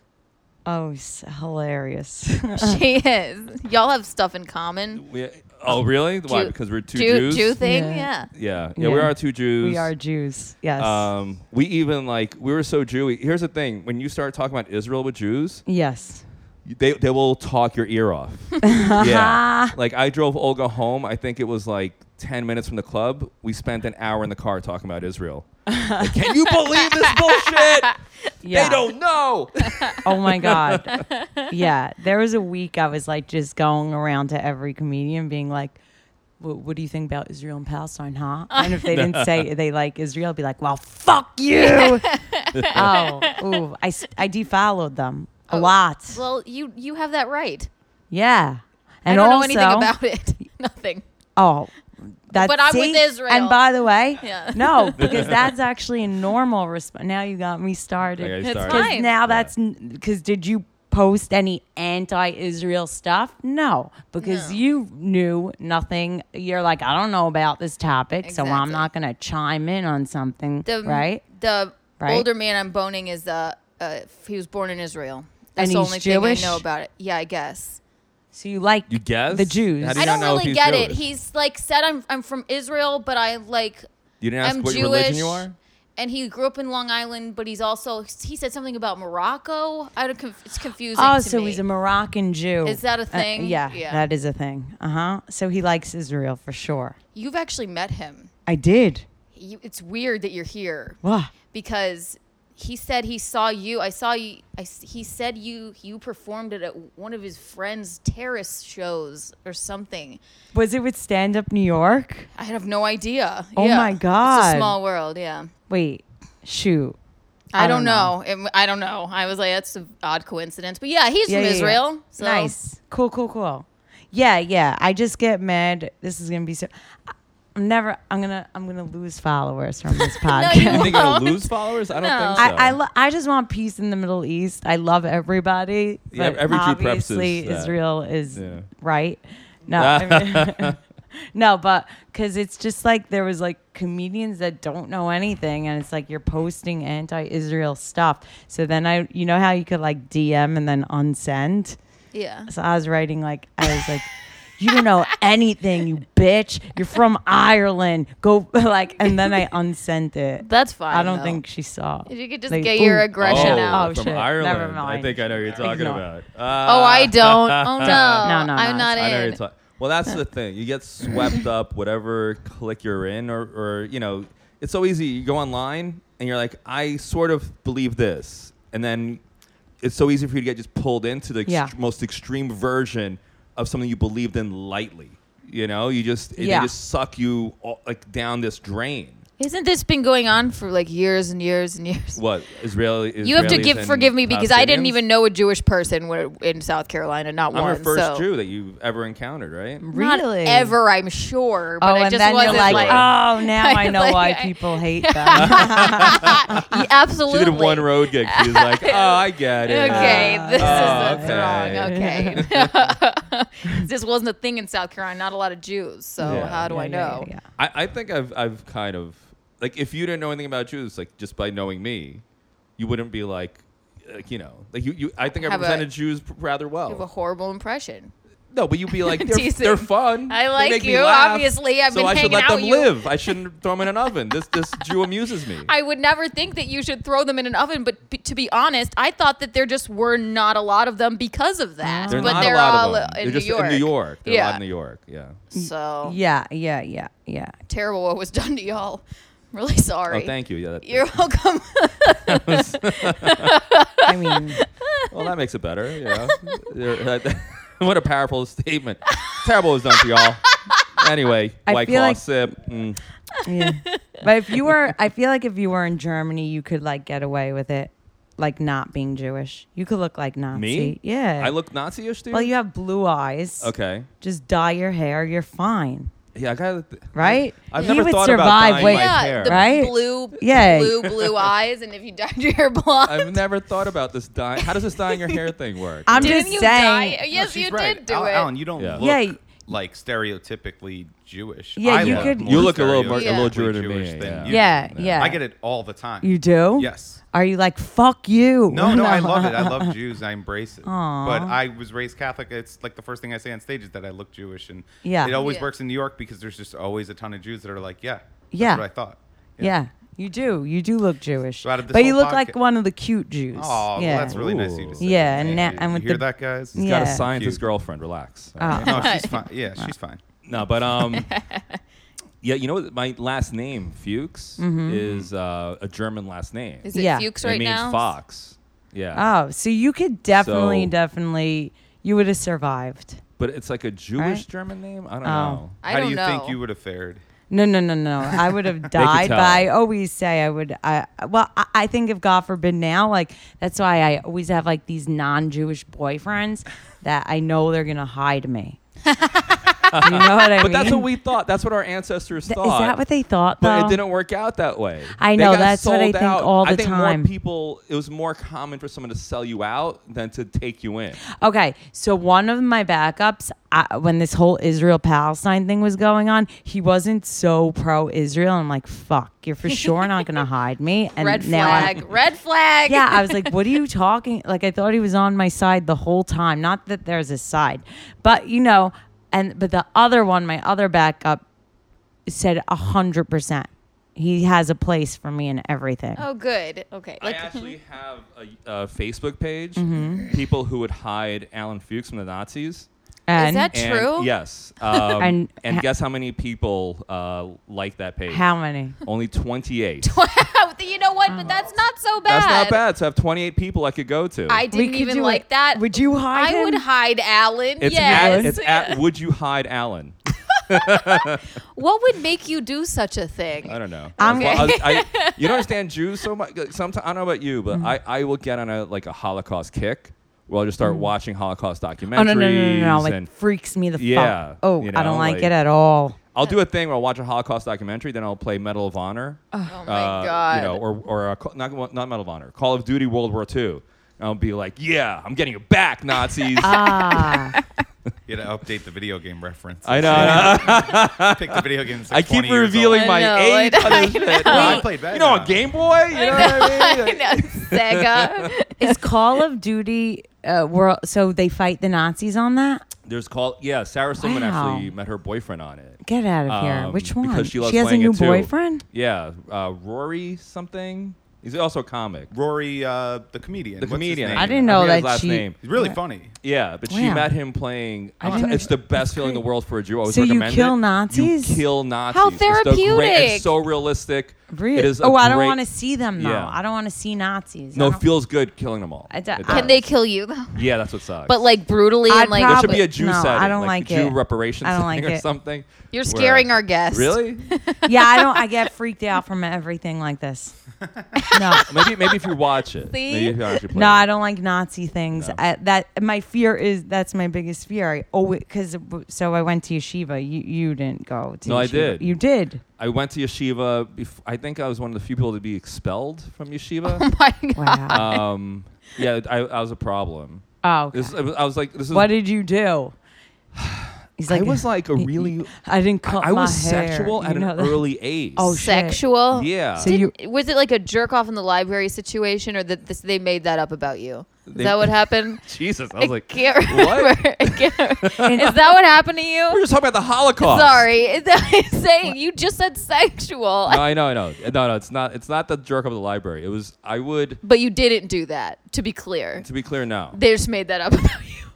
[SPEAKER 4] Oh, s- hilarious.
[SPEAKER 2] she is. Y'all have stuff in common.
[SPEAKER 1] We, oh, really? Why?
[SPEAKER 2] Jew-
[SPEAKER 1] Because we're two
[SPEAKER 2] Jew,
[SPEAKER 1] Jews.
[SPEAKER 2] Jew thing.
[SPEAKER 4] Yeah.
[SPEAKER 2] Yeah.
[SPEAKER 1] Yeah. yeah, we
[SPEAKER 4] Yeah.
[SPEAKER 1] are two Jews.
[SPEAKER 4] we are Jews. Yes.
[SPEAKER 1] Um, we even like we were so Jewy. Here's the thing: when you start talking about Israel with Jews,
[SPEAKER 4] yes.
[SPEAKER 1] they they will talk your ear off. yeah, like I drove Olga home. I think it was like ten minutes from the club. We spent an hour in the car talking about Israel. Like, Can you believe this bullshit?
[SPEAKER 4] Yeah.
[SPEAKER 1] They don't know.
[SPEAKER 4] Oh my God. yeah. There was a week I was like just going around to every comedian being like, "Wh- what do you think about Israel and Palestine, huh? And if they didn't say they like Israel, I'd be like, well, fuck you. oh, ooh, I, s- I defollowed them
[SPEAKER 2] Oh.
[SPEAKER 4] a lot.
[SPEAKER 2] Well, you you have that right.
[SPEAKER 4] Yeah. And
[SPEAKER 2] I don't
[SPEAKER 4] also,
[SPEAKER 2] know anything about it. Nothing.
[SPEAKER 4] Oh, that's
[SPEAKER 2] But I'm with
[SPEAKER 4] see?
[SPEAKER 2] Israel.
[SPEAKER 4] And by the way,
[SPEAKER 2] Yeah.
[SPEAKER 4] no, because that's actually a normal response. Now you got me started.
[SPEAKER 1] Okay,
[SPEAKER 2] It's
[SPEAKER 1] sorry.
[SPEAKER 2] fine.
[SPEAKER 4] 'Cause now that's because did you post any anti-Israel stuff? No, because
[SPEAKER 2] No.
[SPEAKER 4] you knew nothing. You're like, I don't know about this topic, so I'm
[SPEAKER 2] Exactly.
[SPEAKER 4] not going to chime in on something,
[SPEAKER 2] The
[SPEAKER 4] right?
[SPEAKER 2] The
[SPEAKER 4] Right?
[SPEAKER 2] older man I'm boning is uh, uh he was born in Israel. That's
[SPEAKER 4] And
[SPEAKER 2] the
[SPEAKER 4] he's
[SPEAKER 2] only
[SPEAKER 4] Jewish?
[SPEAKER 2] thing I know about it. Yeah, I guess.
[SPEAKER 4] So you like
[SPEAKER 1] You guess
[SPEAKER 4] the Jews?
[SPEAKER 1] How do you
[SPEAKER 2] I
[SPEAKER 1] not
[SPEAKER 2] don't
[SPEAKER 1] know if
[SPEAKER 2] really
[SPEAKER 1] he's
[SPEAKER 2] get it.
[SPEAKER 1] Jewish?
[SPEAKER 2] He's like said I'm I'm from Israel, but I like
[SPEAKER 1] You didn't ask
[SPEAKER 2] I'm
[SPEAKER 1] what
[SPEAKER 2] Jewish.
[SPEAKER 1] religion you are.
[SPEAKER 2] and he grew up in Long Island, but he's also he said something about Morocco. I don't. Conf- it's confusing.
[SPEAKER 4] Oh,
[SPEAKER 2] to
[SPEAKER 4] so
[SPEAKER 2] me.
[SPEAKER 4] he's a Moroccan Jew.
[SPEAKER 2] Is that a
[SPEAKER 4] Uh,
[SPEAKER 2] thing?
[SPEAKER 4] yeah,
[SPEAKER 2] Yeah.
[SPEAKER 4] that is a thing. Uh huh. So he likes Israel for sure.
[SPEAKER 2] You've actually met him.
[SPEAKER 4] I did.
[SPEAKER 2] You, it's weird that you're here
[SPEAKER 4] Wow.
[SPEAKER 2] because he said he saw you. I saw you. I s he said you you performed it at one of his friends' terrace shows or something.
[SPEAKER 4] Was it with Stand Up New York?
[SPEAKER 2] I have no idea.
[SPEAKER 4] Oh
[SPEAKER 2] Yeah.
[SPEAKER 4] my
[SPEAKER 2] It's
[SPEAKER 4] God.
[SPEAKER 2] a small world. Yeah.
[SPEAKER 4] Wait, shoot.
[SPEAKER 2] I, don't know. It- I don't know. I was like, that's an odd coincidence. But yeah, he's
[SPEAKER 4] Yeah,
[SPEAKER 2] from
[SPEAKER 4] yeah, yeah.
[SPEAKER 2] Israel. So.
[SPEAKER 4] Nice. Cool, cool, cool. Yeah, yeah. I just get mad. This is gonna be so. I- I'm never. I'm gonna. I'm gonna lose followers from this podcast.
[SPEAKER 2] you
[SPEAKER 1] You think you're gonna lose followers? I don't think so.
[SPEAKER 4] I I, lo- I just want peace in the Middle East. I love everybody.
[SPEAKER 1] Yeah,
[SPEAKER 4] but
[SPEAKER 1] every Jew preps is
[SPEAKER 4] obviously
[SPEAKER 1] that.
[SPEAKER 4] Israel is
[SPEAKER 1] Yeah.
[SPEAKER 4] right. No, I mean, no, but because it's just like there was like comedians that don't know anything, and it's like you're posting anti-Israel stuff. So then I, you know how you could like DM and then unsend.
[SPEAKER 2] Yeah.
[SPEAKER 4] So I was writing like I was like, you don't know anything, you bitch. You're from Ireland. Go like, and then I unsent it.
[SPEAKER 2] That's fine.
[SPEAKER 4] I don't
[SPEAKER 2] though.
[SPEAKER 4] think she saw.
[SPEAKER 2] If you could just
[SPEAKER 4] Like,
[SPEAKER 2] get your
[SPEAKER 4] ooh.
[SPEAKER 2] aggression
[SPEAKER 1] oh,
[SPEAKER 2] out.
[SPEAKER 4] Oh,
[SPEAKER 1] from
[SPEAKER 4] shit.
[SPEAKER 1] Ireland.
[SPEAKER 4] Never
[SPEAKER 1] I
[SPEAKER 4] mind.
[SPEAKER 1] think I know what you're talking
[SPEAKER 4] Ignore.
[SPEAKER 1] about. Uh,
[SPEAKER 2] Oh, I don't. Oh no.
[SPEAKER 4] No, no, no,
[SPEAKER 2] I'm
[SPEAKER 4] it's
[SPEAKER 2] not
[SPEAKER 1] I know what
[SPEAKER 2] in.
[SPEAKER 1] you're talking. Well, that's the thing. You get swept up whatever clique you're in, or, or you know, it's so easy. You go online and you're like, I sort of believe this, and then it's so easy for you to get just pulled into the ext-
[SPEAKER 4] Yeah.
[SPEAKER 1] most extreme version of something you believed in lightly. You know, you just it,
[SPEAKER 4] Yeah.
[SPEAKER 1] they just suck you all, like down this drain.
[SPEAKER 2] Isn't this been going on for like years and years and years?
[SPEAKER 1] What Israeli?
[SPEAKER 2] you have to
[SPEAKER 1] Israelis
[SPEAKER 2] give
[SPEAKER 1] and
[SPEAKER 2] forgive me because I didn't
[SPEAKER 1] Palestinians?
[SPEAKER 2] even know a Jewish person wa- in South Carolina. Not
[SPEAKER 1] I'm
[SPEAKER 2] one.
[SPEAKER 1] her first
[SPEAKER 2] so.
[SPEAKER 1] Jew that you've ever encountered, right?
[SPEAKER 2] Not
[SPEAKER 4] Really?
[SPEAKER 2] ever, I'm sure. But
[SPEAKER 4] Oh,
[SPEAKER 2] I
[SPEAKER 4] and
[SPEAKER 2] just
[SPEAKER 4] then
[SPEAKER 2] wasn't
[SPEAKER 4] you're like, oh, now I know
[SPEAKER 2] like,
[SPEAKER 4] why
[SPEAKER 2] I-
[SPEAKER 4] people hate them. ah."
[SPEAKER 2] Yeah, absolutely.
[SPEAKER 1] She did one road gig. She's like, oh, I get it.
[SPEAKER 2] Okay,
[SPEAKER 4] Uh,
[SPEAKER 2] this
[SPEAKER 1] Oh,
[SPEAKER 2] is what's
[SPEAKER 1] okay. Oh,
[SPEAKER 2] wrong. Okay, this wasn't a thing in South Carolina. Not a lot of Jews. So
[SPEAKER 1] Yeah.
[SPEAKER 2] how do I
[SPEAKER 4] Yeah, yeah,
[SPEAKER 2] know?
[SPEAKER 4] yeah, yeah.
[SPEAKER 1] I, I think I've I've kind of like if you didn't know anything about Jews, like just by knowing me, you wouldn't be like like you know like you, you I think I
[SPEAKER 2] Have a-
[SPEAKER 1] represented Jews pr- rather
[SPEAKER 2] You have a
[SPEAKER 1] well.
[SPEAKER 2] horrible impression.
[SPEAKER 1] No, but you'd be like they're,
[SPEAKER 2] Teasing.
[SPEAKER 1] they're fun.
[SPEAKER 2] I
[SPEAKER 1] They
[SPEAKER 2] like
[SPEAKER 1] make me
[SPEAKER 2] you,
[SPEAKER 1] laugh,
[SPEAKER 2] obviously. I've
[SPEAKER 1] so
[SPEAKER 2] been
[SPEAKER 1] I should
[SPEAKER 2] hanging
[SPEAKER 1] let
[SPEAKER 2] out
[SPEAKER 1] them
[SPEAKER 2] with you.
[SPEAKER 1] live. I shouldn't throw them in an oven. This this Jew amuses me.
[SPEAKER 2] I would never think that you should throw them in an oven, but b- to be honest, I thought that there just were not a lot of them because of that.
[SPEAKER 1] they're
[SPEAKER 2] but
[SPEAKER 1] not
[SPEAKER 2] they're
[SPEAKER 1] a lot
[SPEAKER 2] all
[SPEAKER 1] of them.
[SPEAKER 2] in
[SPEAKER 1] they're
[SPEAKER 2] New
[SPEAKER 1] just
[SPEAKER 2] York.
[SPEAKER 1] in New York. They're a
[SPEAKER 2] yeah.
[SPEAKER 1] lot in New York. Yeah. Oh,
[SPEAKER 2] So
[SPEAKER 4] yeah, yeah, yeah, yeah.
[SPEAKER 2] terrible what was done to y'all. I'm really sorry.
[SPEAKER 1] Oh, thank you. Yeah. That,
[SPEAKER 2] You're welcome.
[SPEAKER 4] I mean,
[SPEAKER 1] Well, that makes it better. You know? There- that- what a powerful statement. Terrible is done to y'all. Anyway,
[SPEAKER 4] I
[SPEAKER 1] white
[SPEAKER 4] feel
[SPEAKER 1] claw
[SPEAKER 4] like-
[SPEAKER 1] sip. Mm.
[SPEAKER 4] yeah. but if you were, I feel like if you were in Germany, you could like get away with it, like not being Jewish. You could look like Nazi.
[SPEAKER 1] Me?
[SPEAKER 4] Yeah.
[SPEAKER 1] I look Nazi-ish, dude.
[SPEAKER 4] Well, you have blue eyes.
[SPEAKER 1] okay.
[SPEAKER 4] Just dye your hair. You're fine.
[SPEAKER 1] Yeah, I got th-
[SPEAKER 4] Right?
[SPEAKER 1] I've
[SPEAKER 4] He
[SPEAKER 1] never
[SPEAKER 4] would
[SPEAKER 1] thought
[SPEAKER 4] survive
[SPEAKER 1] about dyeing
[SPEAKER 4] with-
[SPEAKER 1] my
[SPEAKER 2] yeah,
[SPEAKER 1] hair.
[SPEAKER 2] the
[SPEAKER 4] Right?
[SPEAKER 2] blue,
[SPEAKER 4] Yeah.
[SPEAKER 2] blue, blue eyes, and if you dyed your hair blonde,
[SPEAKER 1] I've never thought about this dyeing. How does this dyeing your hair thing work?
[SPEAKER 4] I'm
[SPEAKER 2] didn't
[SPEAKER 4] just
[SPEAKER 2] you
[SPEAKER 4] saying.
[SPEAKER 2] dye?
[SPEAKER 3] No,
[SPEAKER 2] Yes,
[SPEAKER 3] she's
[SPEAKER 2] you
[SPEAKER 3] right.
[SPEAKER 2] did do
[SPEAKER 3] Al-
[SPEAKER 2] it.
[SPEAKER 3] Alan, you don't
[SPEAKER 1] Yeah.
[SPEAKER 3] look
[SPEAKER 4] Yeah.
[SPEAKER 3] like stereotypically Jewish.
[SPEAKER 4] Yeah,
[SPEAKER 3] I
[SPEAKER 4] you
[SPEAKER 3] look
[SPEAKER 4] could-
[SPEAKER 3] more
[SPEAKER 1] You look a little more-
[SPEAKER 2] a little
[SPEAKER 3] stereotypically
[SPEAKER 1] Jewer than me,
[SPEAKER 3] Jewish than
[SPEAKER 1] yeah.
[SPEAKER 3] you.
[SPEAKER 4] Yeah, yeah.
[SPEAKER 3] I get it all the time.
[SPEAKER 4] You do?
[SPEAKER 3] Yes.
[SPEAKER 4] Are you like fuck you?
[SPEAKER 3] No, no, I love it. I love Jews. I embrace it.
[SPEAKER 4] Aw.
[SPEAKER 3] But I was raised Catholic. It's like the first thing I say on stage is that I look Jewish, and
[SPEAKER 4] Yeah.
[SPEAKER 3] it always
[SPEAKER 2] Yeah.
[SPEAKER 3] works in New York because there's just always a ton of Jews that are like, yeah, that's
[SPEAKER 4] Yeah.
[SPEAKER 3] what I thought.
[SPEAKER 4] Yeah, you do. You do look Jewish,
[SPEAKER 3] So out of this
[SPEAKER 4] but you
[SPEAKER 3] whole
[SPEAKER 4] look like
[SPEAKER 3] podca-
[SPEAKER 4] one of the cute Jews.
[SPEAKER 3] Oh,
[SPEAKER 4] yeah.
[SPEAKER 3] that's really nice of you to say.
[SPEAKER 4] Yeah,
[SPEAKER 3] Thank
[SPEAKER 4] and na-
[SPEAKER 3] you.
[SPEAKER 4] and with
[SPEAKER 3] you hear
[SPEAKER 4] the-
[SPEAKER 3] that, guys?
[SPEAKER 1] He's
[SPEAKER 4] Yeah.
[SPEAKER 1] got a scientist
[SPEAKER 3] Cute.
[SPEAKER 1] girlfriend. Relax.
[SPEAKER 4] Oh.
[SPEAKER 3] No, she's fine. Yeah, she's fine.
[SPEAKER 1] No, but um, yeah, you know what? My last name Fuchs
[SPEAKER 4] Mm-hmm.
[SPEAKER 1] is uh, a German last name.
[SPEAKER 2] Is it
[SPEAKER 4] Yeah.
[SPEAKER 2] Fuchs
[SPEAKER 1] it
[SPEAKER 2] right
[SPEAKER 1] means
[SPEAKER 2] now?
[SPEAKER 1] fox. Yeah.
[SPEAKER 4] Oh, so you could definitely,
[SPEAKER 1] So-
[SPEAKER 4] definitely, you would have survived.
[SPEAKER 1] But it's like a Jewish
[SPEAKER 4] Right?
[SPEAKER 1] German name. I don't
[SPEAKER 4] Oh.
[SPEAKER 1] know.
[SPEAKER 2] I
[SPEAKER 3] How
[SPEAKER 2] don't
[SPEAKER 3] do you
[SPEAKER 2] know.
[SPEAKER 3] think you would have fared?
[SPEAKER 4] No, no, no, no. I would have died, but
[SPEAKER 1] tell.
[SPEAKER 4] I always say I would. I well, I, I think if God forbid now, like that's why I always have like these non-Jewish boyfriends that I know they're gonna hide me. Do you know what I mean?
[SPEAKER 1] But that's what we thought. That's what our ancestors
[SPEAKER 4] Th-
[SPEAKER 1] thought.
[SPEAKER 4] Is that what they thought? Though
[SPEAKER 1] But it didn't work out that way.
[SPEAKER 4] I
[SPEAKER 1] They
[SPEAKER 4] know,
[SPEAKER 1] got
[SPEAKER 4] that's what I
[SPEAKER 1] sold
[SPEAKER 4] think
[SPEAKER 1] out.
[SPEAKER 4] all
[SPEAKER 1] I
[SPEAKER 4] the
[SPEAKER 1] think
[SPEAKER 4] time.
[SPEAKER 1] More people, it was more common for someone to sell you out than to take you in.
[SPEAKER 4] Okay, so one of my backups, I, when this whole Israel Palestine thing was going on, he wasn't so pro Israel. I'm like, fuck, you're for sure not gonna hide me. And
[SPEAKER 2] Red
[SPEAKER 4] now I-
[SPEAKER 2] flag. red flag.
[SPEAKER 4] yeah, I was like, what are you talking? Like, I thought he was on my side the whole time. Not that there's a side, but you know, and but the other one, my other backup, said a hundred percent. He has a place for me in everything.
[SPEAKER 2] Oh, good. Okay.
[SPEAKER 1] I actually have a, a Facebook page.
[SPEAKER 4] Mm-hmm.
[SPEAKER 1] People who would hide Alan Fuchs from the Nazis.
[SPEAKER 4] and
[SPEAKER 2] that
[SPEAKER 1] And-
[SPEAKER 2] True?
[SPEAKER 1] Yes. Um,
[SPEAKER 4] And-
[SPEAKER 1] and guess how many people uh, like that page?
[SPEAKER 4] how many?
[SPEAKER 1] Only 28.
[SPEAKER 2] you know what?
[SPEAKER 4] Oh.
[SPEAKER 2] But that's not so bad.
[SPEAKER 1] That's not bad. So I have 28 people I could go to.
[SPEAKER 2] I
[SPEAKER 4] We
[SPEAKER 2] didn't
[SPEAKER 4] could
[SPEAKER 2] even
[SPEAKER 4] do
[SPEAKER 2] like
[SPEAKER 4] it.
[SPEAKER 2] that.
[SPEAKER 4] Would you hide
[SPEAKER 2] I would
[SPEAKER 4] him?
[SPEAKER 2] hide Alan.
[SPEAKER 1] it's
[SPEAKER 2] yes.
[SPEAKER 1] at, it's at Would You Hide Alan?
[SPEAKER 2] what would make you do such a thing?
[SPEAKER 1] I don't know.
[SPEAKER 4] I'm
[SPEAKER 1] As long- I- I- you don't understand Jews so much. Sometimes I don't know about you, but I, I will get on a like a Holocaust kick where I'll just start watching Holocaust documentaries.
[SPEAKER 4] Oh no no no no no! It
[SPEAKER 1] and
[SPEAKER 4] freaks me the
[SPEAKER 1] Yeah,
[SPEAKER 4] fuck. Oh,
[SPEAKER 1] you
[SPEAKER 4] I
[SPEAKER 1] know,
[SPEAKER 4] don't like,
[SPEAKER 1] like-
[SPEAKER 4] it at all.
[SPEAKER 1] I'll do a thing where I'll watch a Holocaust documentary, then I'll play Medal of Honor. uh,
[SPEAKER 2] Oh my god.
[SPEAKER 1] You know, or or a, Ca- not not Medal of Honor, Call of Duty World War II. And I'll be like, yeah, I'm getting it back, Nazis.
[SPEAKER 4] Ah,
[SPEAKER 3] You gotta update the video game reference.
[SPEAKER 1] I know. I, know.
[SPEAKER 3] Pick the video games.
[SPEAKER 1] I keep revealing
[SPEAKER 2] I
[SPEAKER 1] my
[SPEAKER 2] know, I
[SPEAKER 1] age.
[SPEAKER 2] know,
[SPEAKER 1] on this
[SPEAKER 2] I
[SPEAKER 1] shit.
[SPEAKER 2] know.
[SPEAKER 3] Well, I played
[SPEAKER 1] You know, a
[SPEAKER 3] Vagabond.
[SPEAKER 1] Game Boy. You know, what I mean?
[SPEAKER 2] I know, Sega.
[SPEAKER 4] is Call of Duty uh, world? So they fight the Nazis on that?
[SPEAKER 1] There's call. Yeah, Sarah Silverman
[SPEAKER 4] Wow.
[SPEAKER 1] actually met her boyfriend on it.
[SPEAKER 4] Get out of here!
[SPEAKER 1] Um,
[SPEAKER 4] Which
[SPEAKER 1] because
[SPEAKER 4] one?
[SPEAKER 1] she loves
[SPEAKER 4] has a
[SPEAKER 1] playing it
[SPEAKER 4] new
[SPEAKER 1] too.
[SPEAKER 4] boyfriend.
[SPEAKER 1] Yeah, uh, Rory something. He's also a comic.
[SPEAKER 3] Rory, uh, the comedian.
[SPEAKER 1] The
[SPEAKER 3] What's his
[SPEAKER 1] comedian.
[SPEAKER 3] name?
[SPEAKER 4] I didn't know
[SPEAKER 1] forget his
[SPEAKER 4] that
[SPEAKER 1] last
[SPEAKER 4] she-
[SPEAKER 1] Name.
[SPEAKER 3] He's really funny.
[SPEAKER 1] Yeah, but she
[SPEAKER 4] Wow.
[SPEAKER 1] met him playing.
[SPEAKER 4] I didn't
[SPEAKER 1] it's the best feeling in the world for a Jew. I always
[SPEAKER 4] So you
[SPEAKER 1] recommend
[SPEAKER 4] kill
[SPEAKER 1] it.
[SPEAKER 4] Nazis?
[SPEAKER 1] You kill Nazis.
[SPEAKER 2] How
[SPEAKER 1] It's the great-
[SPEAKER 2] therapeutic.
[SPEAKER 1] it's so realistic.
[SPEAKER 4] Really?
[SPEAKER 1] It is a
[SPEAKER 4] oh, I don't
[SPEAKER 1] great-
[SPEAKER 4] want to see them though.
[SPEAKER 1] Yeah.
[SPEAKER 4] I don't want to see Nazis.
[SPEAKER 1] No,
[SPEAKER 4] I
[SPEAKER 1] it
[SPEAKER 4] don't-
[SPEAKER 1] feels good killing them all.
[SPEAKER 4] I d-
[SPEAKER 1] It
[SPEAKER 4] I-
[SPEAKER 1] does.
[SPEAKER 2] Can they kill you though?
[SPEAKER 1] Yeah, that's what sucks.
[SPEAKER 2] But like brutally
[SPEAKER 4] I'd
[SPEAKER 2] and like
[SPEAKER 1] there should
[SPEAKER 4] probably-
[SPEAKER 1] be a Jew
[SPEAKER 4] no, I
[SPEAKER 1] setting,
[SPEAKER 4] don't
[SPEAKER 1] like,
[SPEAKER 4] like
[SPEAKER 1] a Jew
[SPEAKER 4] it.
[SPEAKER 1] reparations
[SPEAKER 4] I don't
[SPEAKER 1] setting
[SPEAKER 4] like
[SPEAKER 1] or
[SPEAKER 4] it.
[SPEAKER 1] something.
[SPEAKER 2] You're
[SPEAKER 1] where-
[SPEAKER 2] scaring our guests.
[SPEAKER 1] Really?
[SPEAKER 4] yeah, I don't. I get freaked out from everything like this. No,
[SPEAKER 1] maybe maybe if you watch it.
[SPEAKER 2] See?
[SPEAKER 1] Maybe if you actually play
[SPEAKER 4] no,
[SPEAKER 1] it.
[SPEAKER 4] I don't like Nazi things.
[SPEAKER 1] No.
[SPEAKER 4] I, that my fear is that's my biggest fear. I always because so I went to yeshiva. You you didn't go to
[SPEAKER 1] No, I
[SPEAKER 4] yeshiva.
[SPEAKER 1] did.
[SPEAKER 4] You did.
[SPEAKER 1] I went to yeshiva. Bef- I think I was one of the few people to be expelled from
[SPEAKER 2] Oh
[SPEAKER 1] yeshiva.
[SPEAKER 2] my god.
[SPEAKER 4] Wow.
[SPEAKER 1] um, yeah, I, I was a problem.
[SPEAKER 4] oh, okay.
[SPEAKER 1] This, I was- I was like, this is.
[SPEAKER 4] what did you do? He's
[SPEAKER 1] I was like a really.
[SPEAKER 4] I didn't
[SPEAKER 1] I,
[SPEAKER 4] cut
[SPEAKER 1] I was
[SPEAKER 4] my hair.
[SPEAKER 1] sexual
[SPEAKER 4] You
[SPEAKER 1] at an
[SPEAKER 4] know that.
[SPEAKER 1] early age.
[SPEAKER 4] Oh, shit.
[SPEAKER 2] Sexual.
[SPEAKER 1] Yeah. So
[SPEAKER 2] Did-
[SPEAKER 4] you-
[SPEAKER 2] was it like a jerk off in the library situation, or that this, they made that up about you? Is
[SPEAKER 1] They-
[SPEAKER 2] that what happened?
[SPEAKER 1] Jesus, I was like,
[SPEAKER 2] can't remember.
[SPEAKER 1] what?
[SPEAKER 2] I can't remember. Is that what happened to
[SPEAKER 1] We're
[SPEAKER 2] you?
[SPEAKER 1] just talking about the Holocaust.
[SPEAKER 2] Sorry, is that what I'm saying you just said sexual,
[SPEAKER 1] No, I know, I know. No, no, it's not. It's not the jerk of the library. It was. I would.
[SPEAKER 2] but you didn't do that. To be clear,
[SPEAKER 1] To be clear, no.
[SPEAKER 2] they just made that up about you.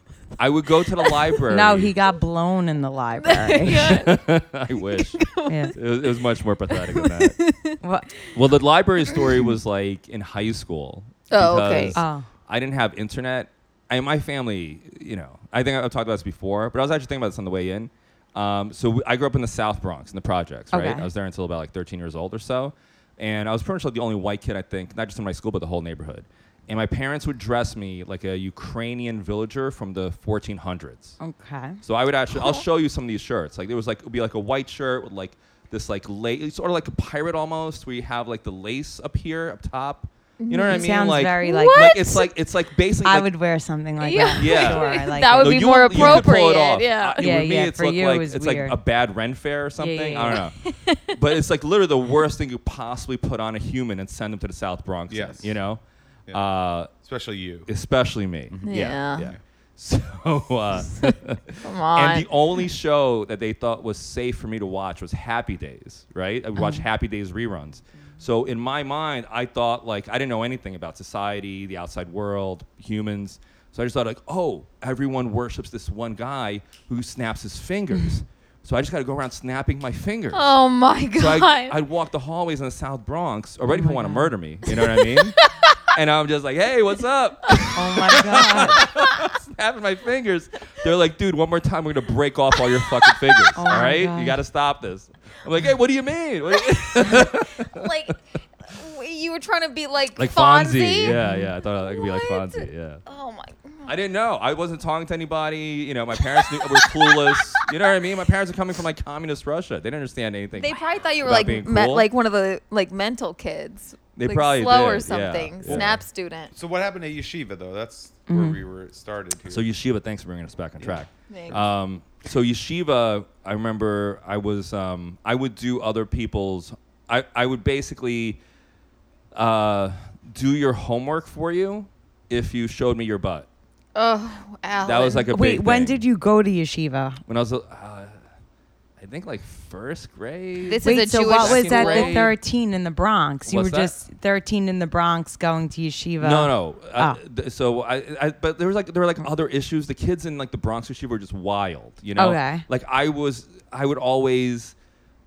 [SPEAKER 1] I would go to the library.
[SPEAKER 4] No, he got blown in the library.
[SPEAKER 1] I wish.
[SPEAKER 4] Yeah.
[SPEAKER 1] It was, it was much more pathetic than that.
[SPEAKER 4] What?
[SPEAKER 1] well, the library story was like in high school.
[SPEAKER 2] Oh, okay.
[SPEAKER 1] because
[SPEAKER 4] Oh.
[SPEAKER 1] I didn't have internet. And my family, you know, I think I've talked about this before, but I was actually thinking about this on the way in. Um, so we, I grew up in the South Bronx in the projects, right?
[SPEAKER 4] Okay.
[SPEAKER 1] I was there until about like 13 years old or so. And I was pretty much like the only white kid, I think, not just in my school, but the whole neighborhood. And my parents would dress me like a Ukrainian villager from the 1400s.
[SPEAKER 4] Okay.
[SPEAKER 1] So I would actually, I'll show you some of these shirts. Like there was like, it would be like a white shirt with like this like lace, sort of like a pirate almost, where you have like the lace up here, up top. You know what I
[SPEAKER 4] Mm-hmm. It
[SPEAKER 1] mean?
[SPEAKER 4] sounds
[SPEAKER 1] like,
[SPEAKER 4] very
[SPEAKER 1] like,
[SPEAKER 4] like.
[SPEAKER 2] What?
[SPEAKER 1] it's like it's like basically.
[SPEAKER 4] I
[SPEAKER 1] like-
[SPEAKER 4] would wear something like
[SPEAKER 2] Yeah.
[SPEAKER 4] that.
[SPEAKER 1] Yeah.
[SPEAKER 4] Sure, I like
[SPEAKER 2] That would
[SPEAKER 1] No,
[SPEAKER 2] be
[SPEAKER 1] you-
[SPEAKER 2] more
[SPEAKER 1] you could pull it
[SPEAKER 2] appropriate,
[SPEAKER 1] off.
[SPEAKER 2] yeah.
[SPEAKER 1] I-
[SPEAKER 4] Yeah,
[SPEAKER 1] with me,
[SPEAKER 4] yeah,
[SPEAKER 1] it's
[SPEAKER 4] for
[SPEAKER 1] looked
[SPEAKER 4] you, it
[SPEAKER 1] like
[SPEAKER 4] was
[SPEAKER 1] it's
[SPEAKER 4] weird.
[SPEAKER 1] like a bad Ren fair or something.
[SPEAKER 4] yeah,
[SPEAKER 1] I don't know. but it's like literally the worst thing you possibly put on a human and send them to the South Bronx. in,
[SPEAKER 3] Yes.
[SPEAKER 1] you know,
[SPEAKER 3] Yeah.
[SPEAKER 1] uh,
[SPEAKER 3] Especially you.
[SPEAKER 1] especially me.
[SPEAKER 4] Mm-hmm.
[SPEAKER 2] Yeah.
[SPEAKER 1] yeah. So. Uh,
[SPEAKER 2] Come on.
[SPEAKER 1] And the only show that they thought was safe for me to watch was Happy Days, right? I would watch
[SPEAKER 2] Mm-hmm.
[SPEAKER 1] Happy Days reruns. So in my mind, I thought like I didn't know anything about society, the outside world, humans. So I just thought like, oh, everyone worships this one guy who snaps his fingers. so I just got to go around snapping my fingers.
[SPEAKER 2] oh my Oh god.
[SPEAKER 1] So I, I'd walk the hallways in the South Bronx, already people want to murder me. You know what I mean? and I'm just like, hey, what's up?
[SPEAKER 4] Oh my god.
[SPEAKER 1] snapping my fingers. They're like, dude, one more time, we're gonna break off all your fucking fingers. all
[SPEAKER 4] Oh my
[SPEAKER 1] right,
[SPEAKER 4] God.
[SPEAKER 1] you gotta stop this. I'm like, hey, what do you mean? What do you-"
[SPEAKER 2] like w- you were trying to be like
[SPEAKER 1] like
[SPEAKER 2] Fonzie.
[SPEAKER 1] yeah, yeah. I thought I could be like
[SPEAKER 2] What?
[SPEAKER 1] Fonzie, yeah.
[SPEAKER 2] Oh my.
[SPEAKER 1] I didn't know. I wasn't talking to anybody. You know, my parents knew, were clueless. You know what I mean? My parents are coming from like communist Russia. They didn't understand anything.
[SPEAKER 2] They probably thought you were
[SPEAKER 1] About
[SPEAKER 2] like
[SPEAKER 1] being
[SPEAKER 2] me-
[SPEAKER 1] cool?
[SPEAKER 2] like one of the like mental kids.
[SPEAKER 1] They
[SPEAKER 2] like
[SPEAKER 1] probably
[SPEAKER 2] slow
[SPEAKER 1] did,
[SPEAKER 2] or
[SPEAKER 1] yeah,
[SPEAKER 2] something.
[SPEAKER 1] yeah.
[SPEAKER 2] Snap student.
[SPEAKER 3] So what happened at Yeshiva though? That's
[SPEAKER 4] Mm-hmm.
[SPEAKER 3] where we were started. Here.
[SPEAKER 1] So yeshiva, thanks for bringing us back on track.
[SPEAKER 2] Thanks.
[SPEAKER 1] Um, so yeshiva, I remember I was um, I would do other people's. I I would basically uh, do your homework for you if you showed me your butt.
[SPEAKER 2] Oh, Alan.
[SPEAKER 1] That was like a
[SPEAKER 4] Wait,
[SPEAKER 1] big
[SPEAKER 4] when
[SPEAKER 1] thing.
[SPEAKER 4] did you go to yeshiva?
[SPEAKER 1] when I was uh, I I think like first grade.
[SPEAKER 2] This
[SPEAKER 4] Wait,
[SPEAKER 2] is a
[SPEAKER 4] so
[SPEAKER 2] Jewish
[SPEAKER 4] what was
[SPEAKER 1] second
[SPEAKER 4] that? The
[SPEAKER 1] grade.
[SPEAKER 4] thirteen in the Bronx. You
[SPEAKER 1] What's
[SPEAKER 4] were
[SPEAKER 1] that?
[SPEAKER 4] just thirteen in the Bronx, going to yeshiva.
[SPEAKER 1] no, no. Uh,
[SPEAKER 4] Oh.
[SPEAKER 1] th- so I, I, but there was like there were like other issues. The kids in like the Bronx issue were just wild, you know.
[SPEAKER 4] Okay.
[SPEAKER 1] Like I was, I would always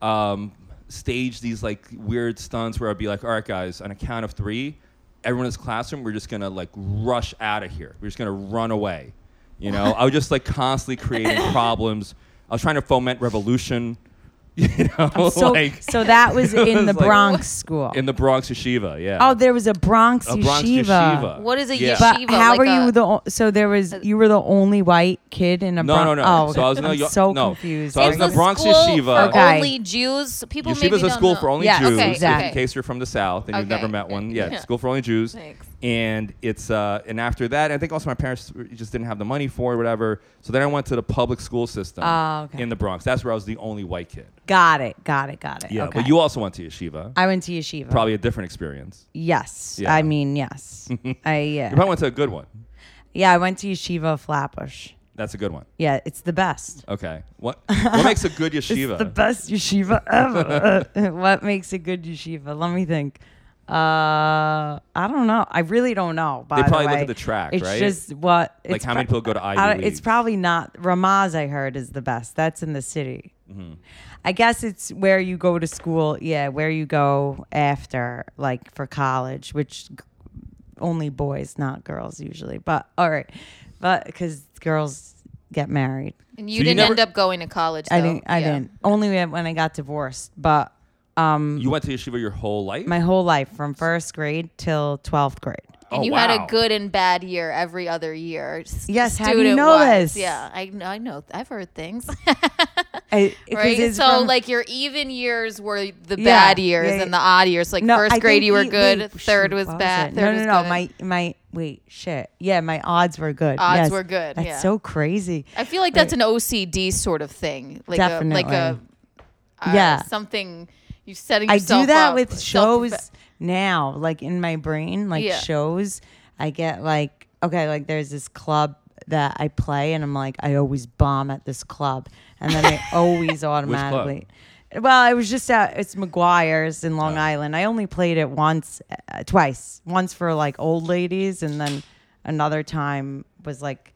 [SPEAKER 1] um, stage these like weird stunts where I'd be like, "All right, guys, on a count of three, everyone in this classroom, we're just gonna like rush out of here. We're just gonna run away." You know, I was just like constantly creating problems. I was trying to foment revolution. You know,
[SPEAKER 4] So,
[SPEAKER 1] like
[SPEAKER 4] so that was
[SPEAKER 1] it
[SPEAKER 4] in the
[SPEAKER 1] was like-
[SPEAKER 4] Bronx school.
[SPEAKER 1] in the Bronx yeshiva. Yeah.
[SPEAKER 4] oh, there was a Bronx,
[SPEAKER 1] a Bronx yeshiva.
[SPEAKER 2] What is a
[SPEAKER 1] Yeah.
[SPEAKER 4] But
[SPEAKER 2] Yeshiva,
[SPEAKER 4] how
[SPEAKER 2] like
[SPEAKER 4] were you
[SPEAKER 2] a-
[SPEAKER 4] the? o- So there was you were the only white kid in a
[SPEAKER 1] No,
[SPEAKER 4] Bronx.
[SPEAKER 1] no, no.
[SPEAKER 4] Oh,
[SPEAKER 1] So I was in
[SPEAKER 4] I'm
[SPEAKER 1] the Yo-
[SPEAKER 4] so
[SPEAKER 1] no.
[SPEAKER 4] confused.
[SPEAKER 1] So I was in the
[SPEAKER 2] It's a
[SPEAKER 1] Bronx
[SPEAKER 2] school
[SPEAKER 1] Yeshiva.
[SPEAKER 2] For
[SPEAKER 4] Okay.
[SPEAKER 2] only Jews. People
[SPEAKER 1] Yeshiva is
[SPEAKER 2] maybe
[SPEAKER 1] a
[SPEAKER 2] don't
[SPEAKER 1] school
[SPEAKER 2] know.
[SPEAKER 1] for only
[SPEAKER 4] Yes,
[SPEAKER 1] Jews.
[SPEAKER 4] okay,
[SPEAKER 1] In
[SPEAKER 4] exactly.
[SPEAKER 1] case you're from the South and you've
[SPEAKER 2] Okay,
[SPEAKER 1] never met
[SPEAKER 2] okay.
[SPEAKER 1] one, yeah,
[SPEAKER 2] Yeah.
[SPEAKER 1] school for only Jews.
[SPEAKER 2] Thanks.
[SPEAKER 1] And it's uh, and after that, I think also my parents were- just didn't have the money for it, whatever. So then I went to the public school system
[SPEAKER 4] Ah, okay.
[SPEAKER 1] in the Bronx. That's where I was the only white kid.
[SPEAKER 4] Got it. Got it. Got it.
[SPEAKER 1] Yeah,
[SPEAKER 4] Okay.
[SPEAKER 1] but you also went to yeshiva.
[SPEAKER 4] I went to yeshiva.
[SPEAKER 1] Probably a different experience.
[SPEAKER 4] Yes.
[SPEAKER 1] Yeah.
[SPEAKER 4] I mean, yes. I
[SPEAKER 1] You
[SPEAKER 4] yeah.
[SPEAKER 1] probably went to a good one.
[SPEAKER 4] yeah. I went to yeshiva Flatbush.
[SPEAKER 1] That's a good one.
[SPEAKER 4] Yeah, it's the best.
[SPEAKER 1] Okay. What what makes a good yeshiva?
[SPEAKER 4] It's the best yeshiva ever. Uh, what makes a good yeshiva? Let me think. Uh, I don't know. I really don't know. By
[SPEAKER 1] probably
[SPEAKER 4] the
[SPEAKER 1] look
[SPEAKER 4] way.
[SPEAKER 1] at the track,
[SPEAKER 4] it's
[SPEAKER 1] right?
[SPEAKER 4] just what.
[SPEAKER 1] Like
[SPEAKER 4] it's
[SPEAKER 1] how many people go to Ivy
[SPEAKER 4] I don't- It's
[SPEAKER 1] Leagues?
[SPEAKER 4] probably not Ramaz. I heard is the best. That's in the city.
[SPEAKER 1] Mm-hmm.
[SPEAKER 4] I guess it's where you go to school. Yeah, where you go after, like for college, which g- only boys, not girls usually. But all right, but because girls get married.
[SPEAKER 2] And you
[SPEAKER 1] So you
[SPEAKER 2] didn't
[SPEAKER 1] never-
[SPEAKER 2] end up going to college.
[SPEAKER 4] I
[SPEAKER 2] though.
[SPEAKER 4] didn't. I
[SPEAKER 2] Yeah.
[SPEAKER 4] didn't. Only when when I got divorced, but
[SPEAKER 1] you went to yeshiva your whole life.
[SPEAKER 4] my whole life from first grade till twelfth grade.
[SPEAKER 2] And
[SPEAKER 1] Oh,
[SPEAKER 2] you had a
[SPEAKER 1] wow.
[SPEAKER 2] good and bad year every other year. s-
[SPEAKER 4] Yes, how do you know
[SPEAKER 2] student-wise.
[SPEAKER 4] this?
[SPEAKER 2] Yeah, I know. I know. I've heard things.
[SPEAKER 4] I, 'cause
[SPEAKER 2] right.
[SPEAKER 4] it's
[SPEAKER 2] So
[SPEAKER 4] from-
[SPEAKER 2] like your even years were the
[SPEAKER 4] Yeah,
[SPEAKER 2] bad years
[SPEAKER 4] yeah, yeah.
[SPEAKER 2] and the odd years. Like
[SPEAKER 4] No, I
[SPEAKER 2] first grade
[SPEAKER 4] think
[SPEAKER 2] you were
[SPEAKER 4] we-
[SPEAKER 2] good.
[SPEAKER 4] wait,
[SPEAKER 2] third
[SPEAKER 4] shoot,
[SPEAKER 2] was
[SPEAKER 4] what
[SPEAKER 2] bad.
[SPEAKER 4] it?
[SPEAKER 2] third
[SPEAKER 4] no,
[SPEAKER 2] was
[SPEAKER 4] no, no.
[SPEAKER 2] good.
[SPEAKER 4] My my wait, shit. Yeah, my odds were good.
[SPEAKER 2] Odds
[SPEAKER 4] Yes.
[SPEAKER 2] were good,
[SPEAKER 4] That's
[SPEAKER 2] yeah.
[SPEAKER 4] so crazy.
[SPEAKER 2] I feel like that's an OCD sort of thing. Like a like a uh,
[SPEAKER 4] Yeah.
[SPEAKER 2] something you setting
[SPEAKER 4] I
[SPEAKER 2] yourself
[SPEAKER 4] do that
[SPEAKER 2] up,
[SPEAKER 4] with
[SPEAKER 2] self-
[SPEAKER 4] shows now, like in my brain, like
[SPEAKER 2] Yeah.
[SPEAKER 4] shows. I get like, okay, like there's this club that I play, and I'm like, I always bomb at this club, and then I always automatically. Well, it was just at it's McGuire's in
[SPEAKER 2] Oh.
[SPEAKER 4] Long Island. I only played it once, uh, twice. Once for like old ladies, and then another time was like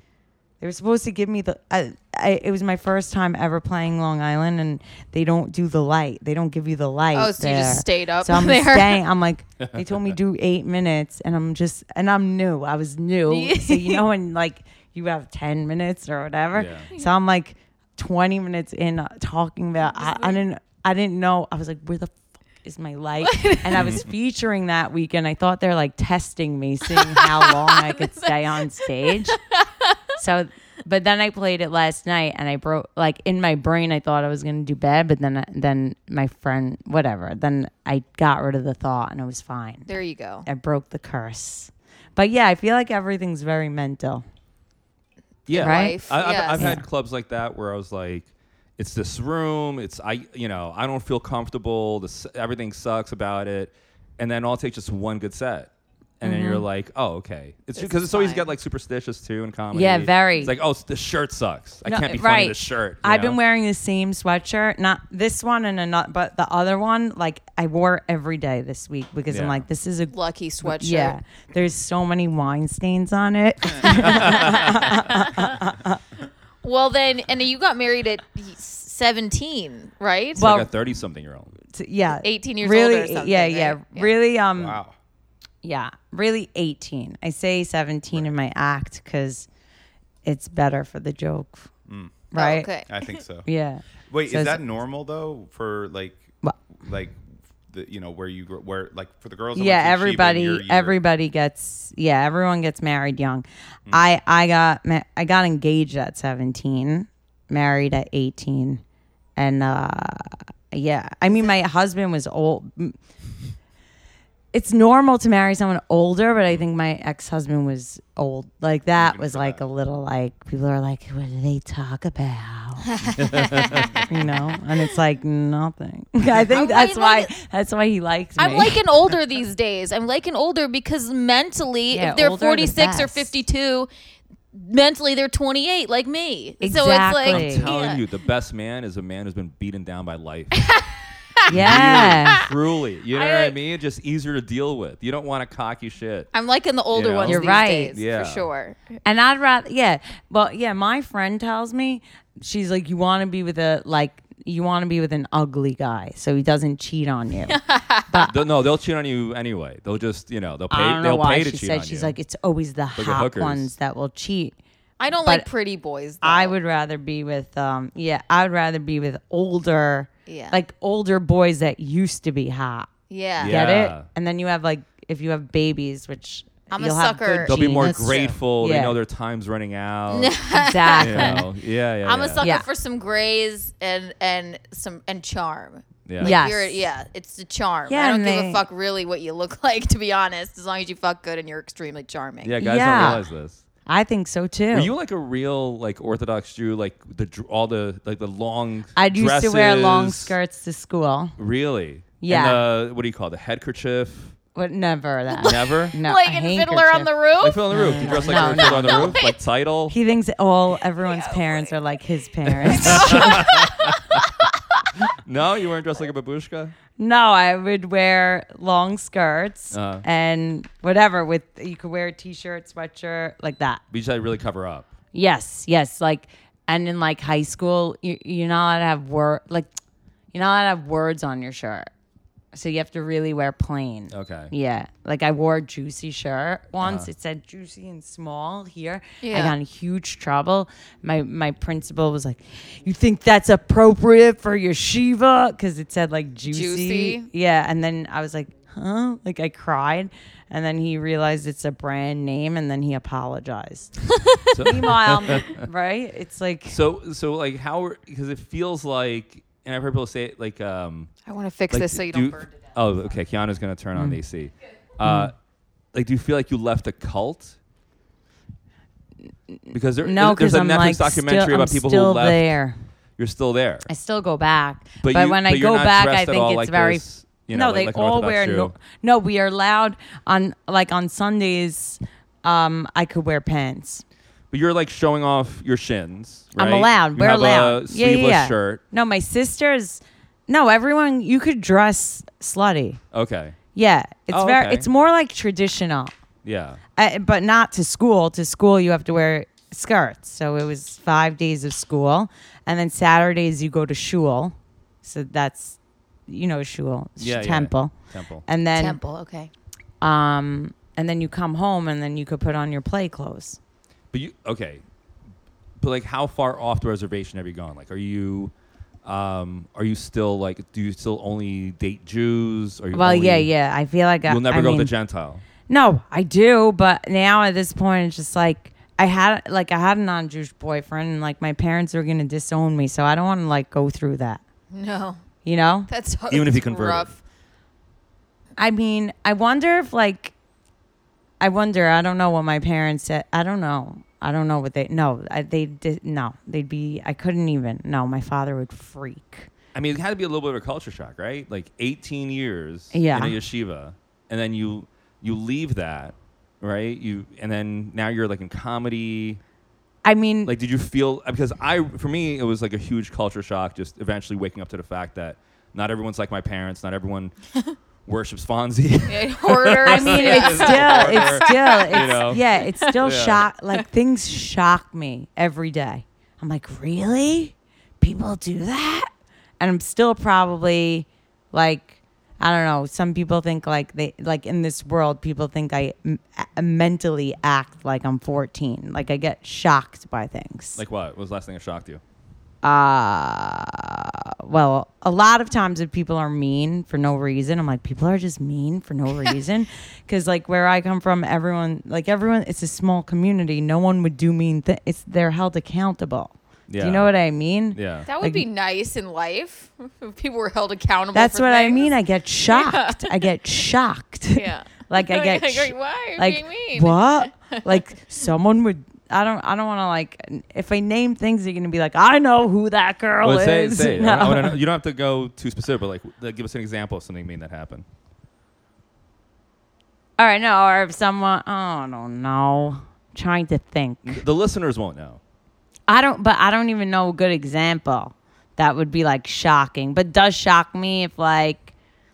[SPEAKER 4] they were supposed to give me the. I, I, it was my first time ever playing Long Island, and they don't do the light. They don't give you the light.
[SPEAKER 2] Oh, so you just
[SPEAKER 4] there.
[SPEAKER 2] stayed up
[SPEAKER 4] So I'm
[SPEAKER 2] there.
[SPEAKER 4] staying. I'm like, they told me do eight minutes, and I'm just, and I'm new. I was new, so you know, and like you have ten minutes or whatever.
[SPEAKER 1] Yeah.
[SPEAKER 4] So I'm like, twenty minutes in uh, talking about. I, I didn't, I didn't know. I was like, where the. fuck Is my light, and I was featuring that weekend. I thought they're like testing me, seeing how long I could stay on stage so but then I played it last night and I broke like in my brain I thought I was going to do bad but then then my friend whatever then I got rid of the thought and I was fine.
[SPEAKER 2] There you go.
[SPEAKER 4] I broke the curse. But yeah, I feel like everything's very mental.
[SPEAKER 1] yeah
[SPEAKER 4] Right?
[SPEAKER 2] Life,
[SPEAKER 1] I, I've, I've
[SPEAKER 2] yes.
[SPEAKER 1] had clubs like that where I was like, it's this room. It's I, you know, I don't feel comfortable. This everything sucks about it, and then I'll take just one good set, and then you're like, oh, okay. It's because it's always
[SPEAKER 2] fine.
[SPEAKER 1] get like superstitious too in comedy.
[SPEAKER 4] Yeah, very.
[SPEAKER 1] It's like, oh, the shirt sucks. I
[SPEAKER 4] No,
[SPEAKER 1] can't be funny in this shirt. you
[SPEAKER 4] I've been
[SPEAKER 1] know?
[SPEAKER 4] wearing the same sweatshirt, not this one and another, but the other one. Like I wore it every day this week because I'm
[SPEAKER 1] Yeah.
[SPEAKER 4] like, this is a
[SPEAKER 2] Lucky sweatshirt.
[SPEAKER 4] Yeah, there's so many wine stains on it.
[SPEAKER 2] Well then, and you got married at 17, right?
[SPEAKER 1] It's
[SPEAKER 4] Well-
[SPEAKER 1] like a thirty something year old.
[SPEAKER 4] yeah,
[SPEAKER 2] 18 years old or
[SPEAKER 4] really,
[SPEAKER 2] something,
[SPEAKER 4] Yeah,
[SPEAKER 2] right?
[SPEAKER 4] yeah,
[SPEAKER 2] Yeah.
[SPEAKER 4] really. Um,
[SPEAKER 3] Wow.
[SPEAKER 4] Yeah, really 18. I say 17 in my act because it's better for the joke. Right?
[SPEAKER 2] Oh, Okay.
[SPEAKER 3] I think so.
[SPEAKER 4] Yeah.
[SPEAKER 3] Wait,
[SPEAKER 4] So
[SPEAKER 3] is
[SPEAKER 4] it's-
[SPEAKER 3] that normal though for like
[SPEAKER 4] What?
[SPEAKER 3] like the you know where you gr- where like for the girls? that
[SPEAKER 4] yeah,
[SPEAKER 3] went to Yeshiva, your
[SPEAKER 4] everybody
[SPEAKER 3] year-
[SPEAKER 4] everybody gets yeah, everyone gets married young.
[SPEAKER 3] Hmm.
[SPEAKER 4] I I got ma- I got engaged at 17, married at 18. And uh yeah, I mean my husband was old m- it's normal to marry someone older, but I think my ex husband was old. Like that
[SPEAKER 3] Looking
[SPEAKER 4] was
[SPEAKER 3] for
[SPEAKER 4] like
[SPEAKER 3] that.
[SPEAKER 4] a little like people are like, what do they talk about? you know, and it's like nothing. I think that's
[SPEAKER 2] wait,
[SPEAKER 4] why
[SPEAKER 2] look
[SPEAKER 4] that's why he likes me.
[SPEAKER 2] I'm like an older these days. I'm like an older because mentally,
[SPEAKER 4] Yeah,
[SPEAKER 2] if they're
[SPEAKER 4] older the
[SPEAKER 2] 46 or
[SPEAKER 4] best.
[SPEAKER 2] 52, mentally they're 28 like me. So
[SPEAKER 4] Exactly.
[SPEAKER 1] I'm
[SPEAKER 2] it's like
[SPEAKER 1] telling
[SPEAKER 2] yeah.
[SPEAKER 1] you, the best man is a man who's been beaten down by life.
[SPEAKER 4] Yeah.
[SPEAKER 1] Truly. You know what
[SPEAKER 2] I-
[SPEAKER 1] I mean? Just easier to deal with. You don't want a cocky shit.
[SPEAKER 2] I'm liking the older
[SPEAKER 1] know?
[SPEAKER 2] ones
[SPEAKER 1] You're
[SPEAKER 2] these
[SPEAKER 4] right.
[SPEAKER 2] days
[SPEAKER 1] Yeah.
[SPEAKER 2] for sure.
[SPEAKER 4] And I'd rather, yeah. Well, yeah, my friend tells me, she's like, you want to be with a, like, you want to be with an ugly guy so he doesn't cheat on you.
[SPEAKER 1] They'll- no, they'll cheat on you anyway. They'll just, you know, they'll pay.
[SPEAKER 4] I don't know
[SPEAKER 1] they'll
[SPEAKER 4] why
[SPEAKER 1] pay to
[SPEAKER 4] she
[SPEAKER 1] cheat
[SPEAKER 4] said
[SPEAKER 1] on
[SPEAKER 4] she's
[SPEAKER 1] you.
[SPEAKER 4] like, it's always the
[SPEAKER 1] at
[SPEAKER 4] hot
[SPEAKER 1] hookers. Oh.
[SPEAKER 4] ones that will cheat.
[SPEAKER 2] I don't
[SPEAKER 4] But-
[SPEAKER 2] like pretty boys. Though.
[SPEAKER 4] I would rather be with, um, yeah, I would rather be with older,
[SPEAKER 2] Yeah.
[SPEAKER 4] like older boys that used to be hot.
[SPEAKER 2] Yeah.
[SPEAKER 1] Yeah.
[SPEAKER 4] Get it? And then you have like, if you have babies, which
[SPEAKER 2] I'm a
[SPEAKER 4] you'll have
[SPEAKER 2] sucker.
[SPEAKER 4] good
[SPEAKER 1] they'll be more
[SPEAKER 4] genes.
[SPEAKER 2] That's true.
[SPEAKER 1] grateful. They
[SPEAKER 4] Yeah.
[SPEAKER 1] know their time's running out.
[SPEAKER 4] Exactly.
[SPEAKER 1] you know? Yeah, yeah.
[SPEAKER 2] I'm
[SPEAKER 1] yeah.
[SPEAKER 2] a sucker
[SPEAKER 4] Yeah.
[SPEAKER 2] for some grays and and some and charm.
[SPEAKER 1] Yeah.
[SPEAKER 2] Like
[SPEAKER 4] Yes.
[SPEAKER 2] you're, yeah, it's the charm.
[SPEAKER 4] Yeah,
[SPEAKER 2] I don't
[SPEAKER 4] and
[SPEAKER 2] give a
[SPEAKER 4] they-
[SPEAKER 2] fuck really what you look like, to be honest, as long as you fuck good and you're extremely charming.
[SPEAKER 1] Yeah, guys
[SPEAKER 4] Yeah.
[SPEAKER 1] don't realize this.
[SPEAKER 4] I think so too.
[SPEAKER 1] Were you like a real like Orthodox Jew? Like the dr- all the like the long.
[SPEAKER 4] I used to wear long
[SPEAKER 1] dresses?
[SPEAKER 4] skirts to school,
[SPEAKER 1] Really?
[SPEAKER 4] Yeah.
[SPEAKER 1] And the, what do you call it? The headkerchief?
[SPEAKER 4] but never that.
[SPEAKER 1] Never.
[SPEAKER 4] No,
[SPEAKER 2] Like
[SPEAKER 4] a
[SPEAKER 2] in Fiddler on
[SPEAKER 4] handkerchief.
[SPEAKER 2] the
[SPEAKER 1] Like
[SPEAKER 2] Roof?
[SPEAKER 1] Fiddler on the roof. You dress like
[SPEAKER 4] no,
[SPEAKER 1] no, Fiddler on the roof, like title.
[SPEAKER 4] He thinks all everyone's parents are like his parents.
[SPEAKER 1] No, you weren't dressed like a babushka.
[SPEAKER 4] no, I would wear long skirts
[SPEAKER 1] Uh-huh.
[SPEAKER 4] and whatever. With you could wear a t-shirt, sweatshirt, like that.
[SPEAKER 1] We just had to really cover up.
[SPEAKER 4] Yes, yes. Like, and in like high school, you, you're not allowed to have word like you're not allowed to have words on your shirt, so you have to really wear plain.
[SPEAKER 1] Okay.
[SPEAKER 4] Yeah, like I wore a juicy shirt
[SPEAKER 1] Uh-huh.
[SPEAKER 4] once. It said juicy and small here. I
[SPEAKER 2] Yeah.
[SPEAKER 4] got in huge trouble. My my principal was like, "You think that's appropriate for your shiva?" Because it said like juicy.
[SPEAKER 2] Juicy?
[SPEAKER 4] Yeah, and then I was like, "Huh?" Like I cried, and then he realized it's a brand name, and then he apologized.
[SPEAKER 1] So-
[SPEAKER 4] Meanwhile, right? It's like
[SPEAKER 1] So so like how because it feels like and I've heard people say it like um
[SPEAKER 2] I want to fix
[SPEAKER 1] like
[SPEAKER 2] this so you
[SPEAKER 1] do
[SPEAKER 2] don't burn it down.
[SPEAKER 1] Oh, okay. Kiana's gonna turn
[SPEAKER 4] Mm.
[SPEAKER 1] on the AC. Uh, Like, do you feel like you left a cult? Because there,
[SPEAKER 4] no,
[SPEAKER 1] there's
[SPEAKER 4] because
[SPEAKER 1] a
[SPEAKER 4] I'm
[SPEAKER 1] Netflix
[SPEAKER 4] like
[SPEAKER 1] documentary
[SPEAKER 4] still,
[SPEAKER 1] about
[SPEAKER 4] I'm
[SPEAKER 1] people
[SPEAKER 4] still
[SPEAKER 1] who left.
[SPEAKER 4] there.
[SPEAKER 1] You're still there.
[SPEAKER 4] I still go back, but,
[SPEAKER 1] you-
[SPEAKER 4] when I
[SPEAKER 1] you're
[SPEAKER 4] go
[SPEAKER 1] not
[SPEAKER 4] back,
[SPEAKER 1] dressed
[SPEAKER 4] I
[SPEAKER 1] at
[SPEAKER 4] think
[SPEAKER 1] all
[SPEAKER 4] it's
[SPEAKER 1] like
[SPEAKER 4] very.
[SPEAKER 1] this, you know,
[SPEAKER 4] no,
[SPEAKER 1] like-
[SPEAKER 4] they
[SPEAKER 1] like an
[SPEAKER 4] all
[SPEAKER 1] Orthodox
[SPEAKER 4] wear
[SPEAKER 1] Jew.
[SPEAKER 4] no, no. We are allowed on like on Sundays. Um, I could wear pants.
[SPEAKER 1] But you're like showing off your shins. Right?
[SPEAKER 4] I'm allowed.
[SPEAKER 1] You
[SPEAKER 4] We're
[SPEAKER 1] have
[SPEAKER 4] allowed.
[SPEAKER 1] A
[SPEAKER 4] yeah,
[SPEAKER 1] sleeveless
[SPEAKER 4] yeah, yeah.
[SPEAKER 1] shirt.
[SPEAKER 4] No, my sisters. No, everyone. You could dress slutty.
[SPEAKER 1] Okay.
[SPEAKER 4] Yeah, it's
[SPEAKER 1] Oh,
[SPEAKER 4] very.
[SPEAKER 1] okay.
[SPEAKER 4] It's more like traditional,
[SPEAKER 1] Yeah.
[SPEAKER 4] uh, but not to school. To school, you have to wear skirts. So it was five days of school, and then Saturdays you go to shul. So that's, you know, shul, it's
[SPEAKER 1] Yeah, yeah.
[SPEAKER 4] temple,
[SPEAKER 1] Temple.
[SPEAKER 4] and then
[SPEAKER 2] Temple, okay.
[SPEAKER 4] um, and then you come home and then you could put on your play clothes.
[SPEAKER 1] But you okay? But like, how far off the reservation have you gone? Like, are you, um, are you still like? Do you still only date Jews? Are you
[SPEAKER 4] Well,
[SPEAKER 1] only-
[SPEAKER 4] yeah, yeah. I feel like I,
[SPEAKER 1] You'll never
[SPEAKER 4] I
[SPEAKER 1] go with
[SPEAKER 4] mean-
[SPEAKER 1] a Gentile.
[SPEAKER 4] No, I do, but now at this point, it's just like I had like I had a non-Jewish boyfriend, and like my parents were gonna disown me, so I don't want to like go through that.
[SPEAKER 2] No,
[SPEAKER 4] You know?
[SPEAKER 2] that's
[SPEAKER 1] Even if you
[SPEAKER 2] that's
[SPEAKER 1] converted.
[SPEAKER 2] rough.
[SPEAKER 4] I mean, I wonder if like, I wonder. I don't know what my parents said. I don't know. I don't know what they. No, I, they did. No, they'd be. I couldn't even. No, my father would freak.
[SPEAKER 1] I mean, it had to be a little bit of a culture shock, right? Like 18 years
[SPEAKER 4] Yeah.
[SPEAKER 1] in a yeshiva, and then you you leave that, right? You and then now you're like in comedy.
[SPEAKER 4] I mean,
[SPEAKER 1] Like, did you feel because I for me it was like a huge culture shock, just eventually waking up to the fact that not everyone's like my parents, not everyone worships Fonzie.
[SPEAKER 2] Yeah, hoarders,
[SPEAKER 4] I mean,
[SPEAKER 2] yeah.
[SPEAKER 4] it's still, it's still, it's,
[SPEAKER 1] know?
[SPEAKER 4] yeah, it's still
[SPEAKER 1] Yeah.
[SPEAKER 4] shock. Like things shock me every day. I'm like, really? People do that? And I'm still probably like, I don't know. Some people think like they like in this world, people think I m- a- mentally act like I'm 14. Like I get shocked by things.
[SPEAKER 1] Like what? What was the last thing that shocked you?
[SPEAKER 4] uh, well, a lot of times if people are mean for no reason, I'm like, people are just mean for no reason. Cause like where I come from, everyone, like everyone, it's a small community. No one would do mean things. It's they're held accountable. Do
[SPEAKER 1] Yeah.
[SPEAKER 4] you know what I mean?
[SPEAKER 1] Yeah.
[SPEAKER 2] that would
[SPEAKER 4] like-
[SPEAKER 2] be nice in life if people were held accountable.
[SPEAKER 4] That's
[SPEAKER 2] for
[SPEAKER 4] what I
[SPEAKER 2] things.
[SPEAKER 4] mean. I get shocked. I get shocked.
[SPEAKER 2] Yeah.
[SPEAKER 4] like I get
[SPEAKER 2] Like,
[SPEAKER 4] sh-
[SPEAKER 2] why are you being mean?
[SPEAKER 4] what? like someone would. I don't. I don't want to like. If I name things, you're gonna be like, I know who that girl
[SPEAKER 1] Well, say,
[SPEAKER 4] is.
[SPEAKER 1] say. it.
[SPEAKER 4] No.
[SPEAKER 1] I wanna know- you don't have to go too specific, but like, like, give us an example of something mean that happened.
[SPEAKER 4] All right, no, or if someone, oh, I don't know. trying to think.
[SPEAKER 1] The listeners won't know.
[SPEAKER 4] I don't, but I don't even know a good example that would be like shocking, but does shock me if like,